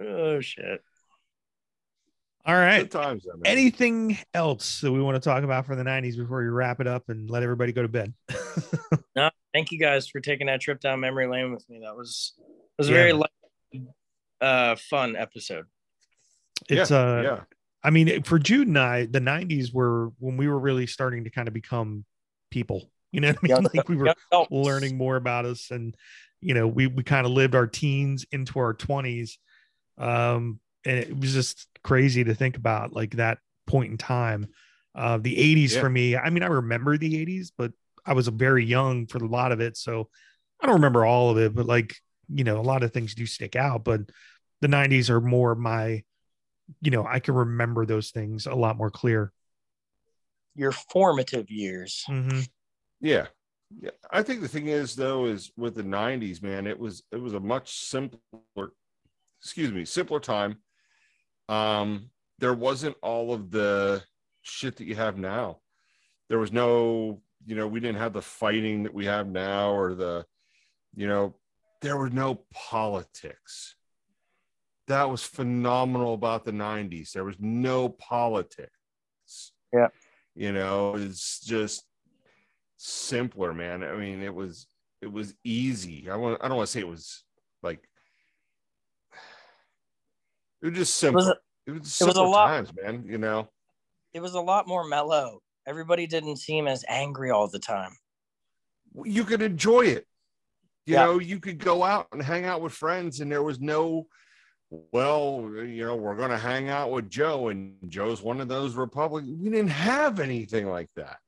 Speaker 3: Oh shit.
Speaker 1: all right.
Speaker 2: Good times. I mean.
Speaker 1: Anything else that we want to talk about from the 90s before we wrap it up and let everybody go to bed?
Speaker 3: Thank you guys for taking that trip down memory lane with me. That was it was a
Speaker 1: Yeah.
Speaker 3: very light, uh fun episode.
Speaker 1: It's
Speaker 2: yeah,
Speaker 1: uh,
Speaker 2: yeah.
Speaker 1: I mean, for Jude and I, the '90s were when we were really starting to kind of become people. You know what I mean? like we were
Speaker 3: Young adults.
Speaker 1: learning more about us, and you know, we we kind of lived our teens into our 20s, um, and it was just crazy to think about like that point in time. Uh, the '80s
Speaker 2: Yeah.
Speaker 1: for me, I mean, I remember the '80s, but I was very young for a lot of it, so I don't remember all of it. But like, you know, a lot of things do stick out, but the 90s are more my you know i can remember those things a lot more clear
Speaker 3: your formative years.
Speaker 1: Mm-hmm.
Speaker 2: Yeah. Yeah. I think the thing is though, is with the nineties, man, it was it was a much simpler, excuse me, simpler time. Um, there wasn't all of the shit that you have now. There was no, you know, we didn't have the fighting that we have now or the, you know, there were no politics. That was phenomenal about the 90s. There was no politics.
Speaker 3: Yeah.
Speaker 2: You know, it's just simpler, man. I mean, it was it was easy. I want I don't want to say it was like it was just
Speaker 3: It
Speaker 2: simple.
Speaker 3: was a,
Speaker 2: It was,
Speaker 3: it was a
Speaker 2: simpler
Speaker 3: lot-
Speaker 2: times, man. You know,
Speaker 3: it was a lot more mellow. Everybody didn't seem as angry all the time.
Speaker 2: you could enjoy it. You
Speaker 3: Yeah.
Speaker 2: know, you could go out and hang out with friends, and there was no, well, you know, we're going to hang out with Joe, and Joe's one of those Republicans. We didn't have anything like that.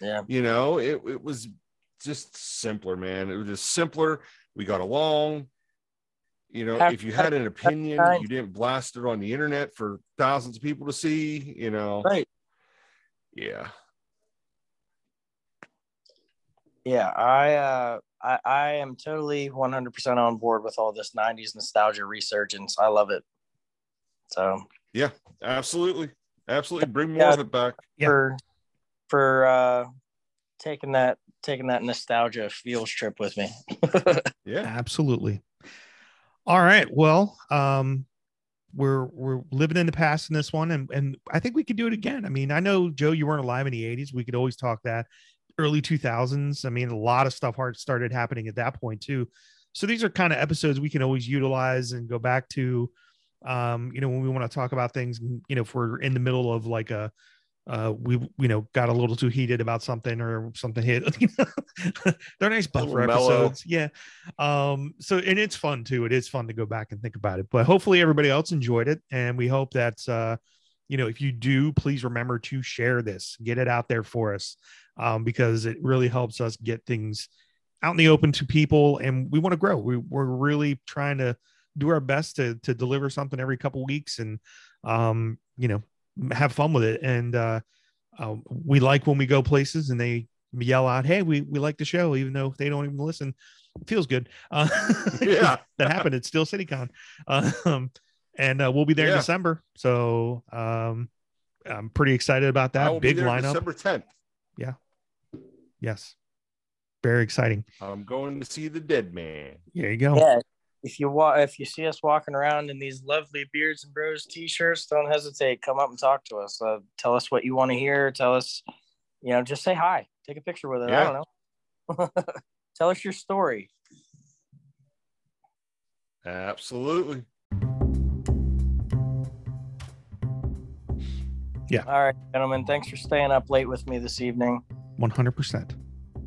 Speaker 3: Yeah.
Speaker 2: You know, it, it was just simpler, man. It was just simpler. We got along. You know,
Speaker 3: Have-
Speaker 2: if you had an opinion,
Speaker 3: fine.
Speaker 2: you didn't blast it on the internet for thousands of people to see, you know.
Speaker 3: Right.
Speaker 2: Yeah.
Speaker 3: Yeah, I uh, I, I am totally 100% on board with all this 90s nostalgia resurgence. I love it. So
Speaker 2: Yeah, absolutely. Absolutely. Bring more of it back.
Speaker 1: Yeah.
Speaker 3: for for uh, taking that taking that nostalgia field trip with me.
Speaker 2: Yeah.
Speaker 1: Absolutely. All right. Well, um, we're we're living in the past in this one, and and I think we could do it again. I mean, I know Joe, you weren't alive in the '80s. We could always talk that early 2000s. I mean, a lot of stuff hard started happening at that point too. So these are kind of episodes we can always utilize and go back to. Um, you know, when we want to talk about things, mm, you know, if we're in the middle of like a uh, we you know got a little too heated about something or something hit. you know? They're nice buffer
Speaker 2: Little mellow.
Speaker 1: episodes, yeah. Um, so and it's fun too. It is fun to go back and think about it. But hopefully everybody else enjoyed it, and we hope that uh, you know if you do, please remember to share this, get it out there for us, um, because it really helps us get things out in the open to people, and we want to grow. We, we're really trying to do our best to to deliver something every couple weeks, and um, you know have fun with it and uh, uh we like when we go places and they yell out hey we we like the show even though they don't even listen it feels good uh
Speaker 2: Yeah.
Speaker 1: that happened at steel citycon um and uh, we'll be there in
Speaker 2: Yeah.
Speaker 1: december so um i'm pretty excited about
Speaker 2: I
Speaker 1: that
Speaker 2: will be
Speaker 1: big
Speaker 2: there
Speaker 1: lineup
Speaker 2: December 10th.
Speaker 1: yes very exciting
Speaker 2: I'm going to see the dead man.
Speaker 1: there you go
Speaker 3: yeah. If you wa- if you see us walking around in these lovely beards and bros t-shirts, don't hesitate. Come up and talk to us. Uh, tell us what you want to hear. Tell us, you know, just say hi. Take a picture with it. I
Speaker 2: Yeah.
Speaker 3: don't know. tell us your story.
Speaker 2: Absolutely.
Speaker 3: All right, gentlemen. Thanks for staying up late with me this evening.
Speaker 1: 100%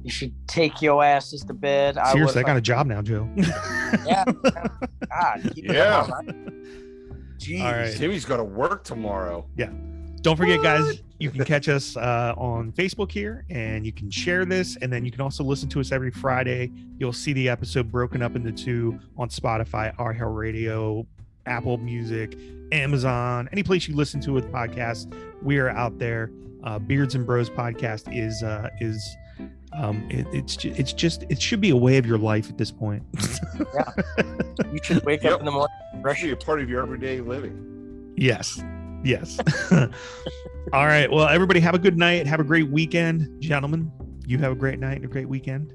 Speaker 3: You should take your asses to bed.
Speaker 1: seriously i
Speaker 3: would-
Speaker 1: got a job now joe
Speaker 3: Yeah. God, keep it
Speaker 2: Yeah.
Speaker 3: up, man.
Speaker 2: Jeez.
Speaker 1: All right.
Speaker 2: Timmy's got to work tomorrow.
Speaker 1: Don't forget, guys,
Speaker 2: What?
Speaker 1: you can catch us uh, on Facebook here and you can share this. And then you can also listen to us every Friday. You'll see the episode broken up into two on Spotify, RHL Radio, Apple Music, Amazon, any place you listen to with podcasts. We are out there. Uh, Beards and Bros podcast is uh, is um, it, it's ju- it's just it should be a way of your life at this point.
Speaker 3: You should wake up
Speaker 2: Yep.
Speaker 3: in the morning, brush
Speaker 2: Actually, a part of your everyday living.
Speaker 1: Yes. Yes. All right. Well, everybody have a good night. Have a great weekend. Gentlemen, you have a great night and a great weekend.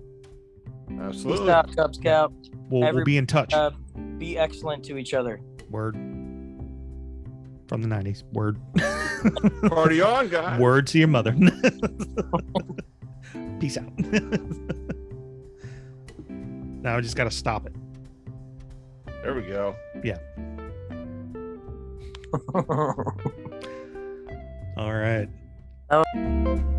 Speaker 3: Peace
Speaker 2: Absolutely.
Speaker 3: out, Cub Scout.
Speaker 1: We'll, we'll be in touch.
Speaker 3: Uh, be excellent to each other.
Speaker 1: Word. From the 90s. Word.
Speaker 2: Party on, guys.
Speaker 1: Word to your mother. Peace out. now I just got to stop it.
Speaker 2: There we go.
Speaker 1: All right.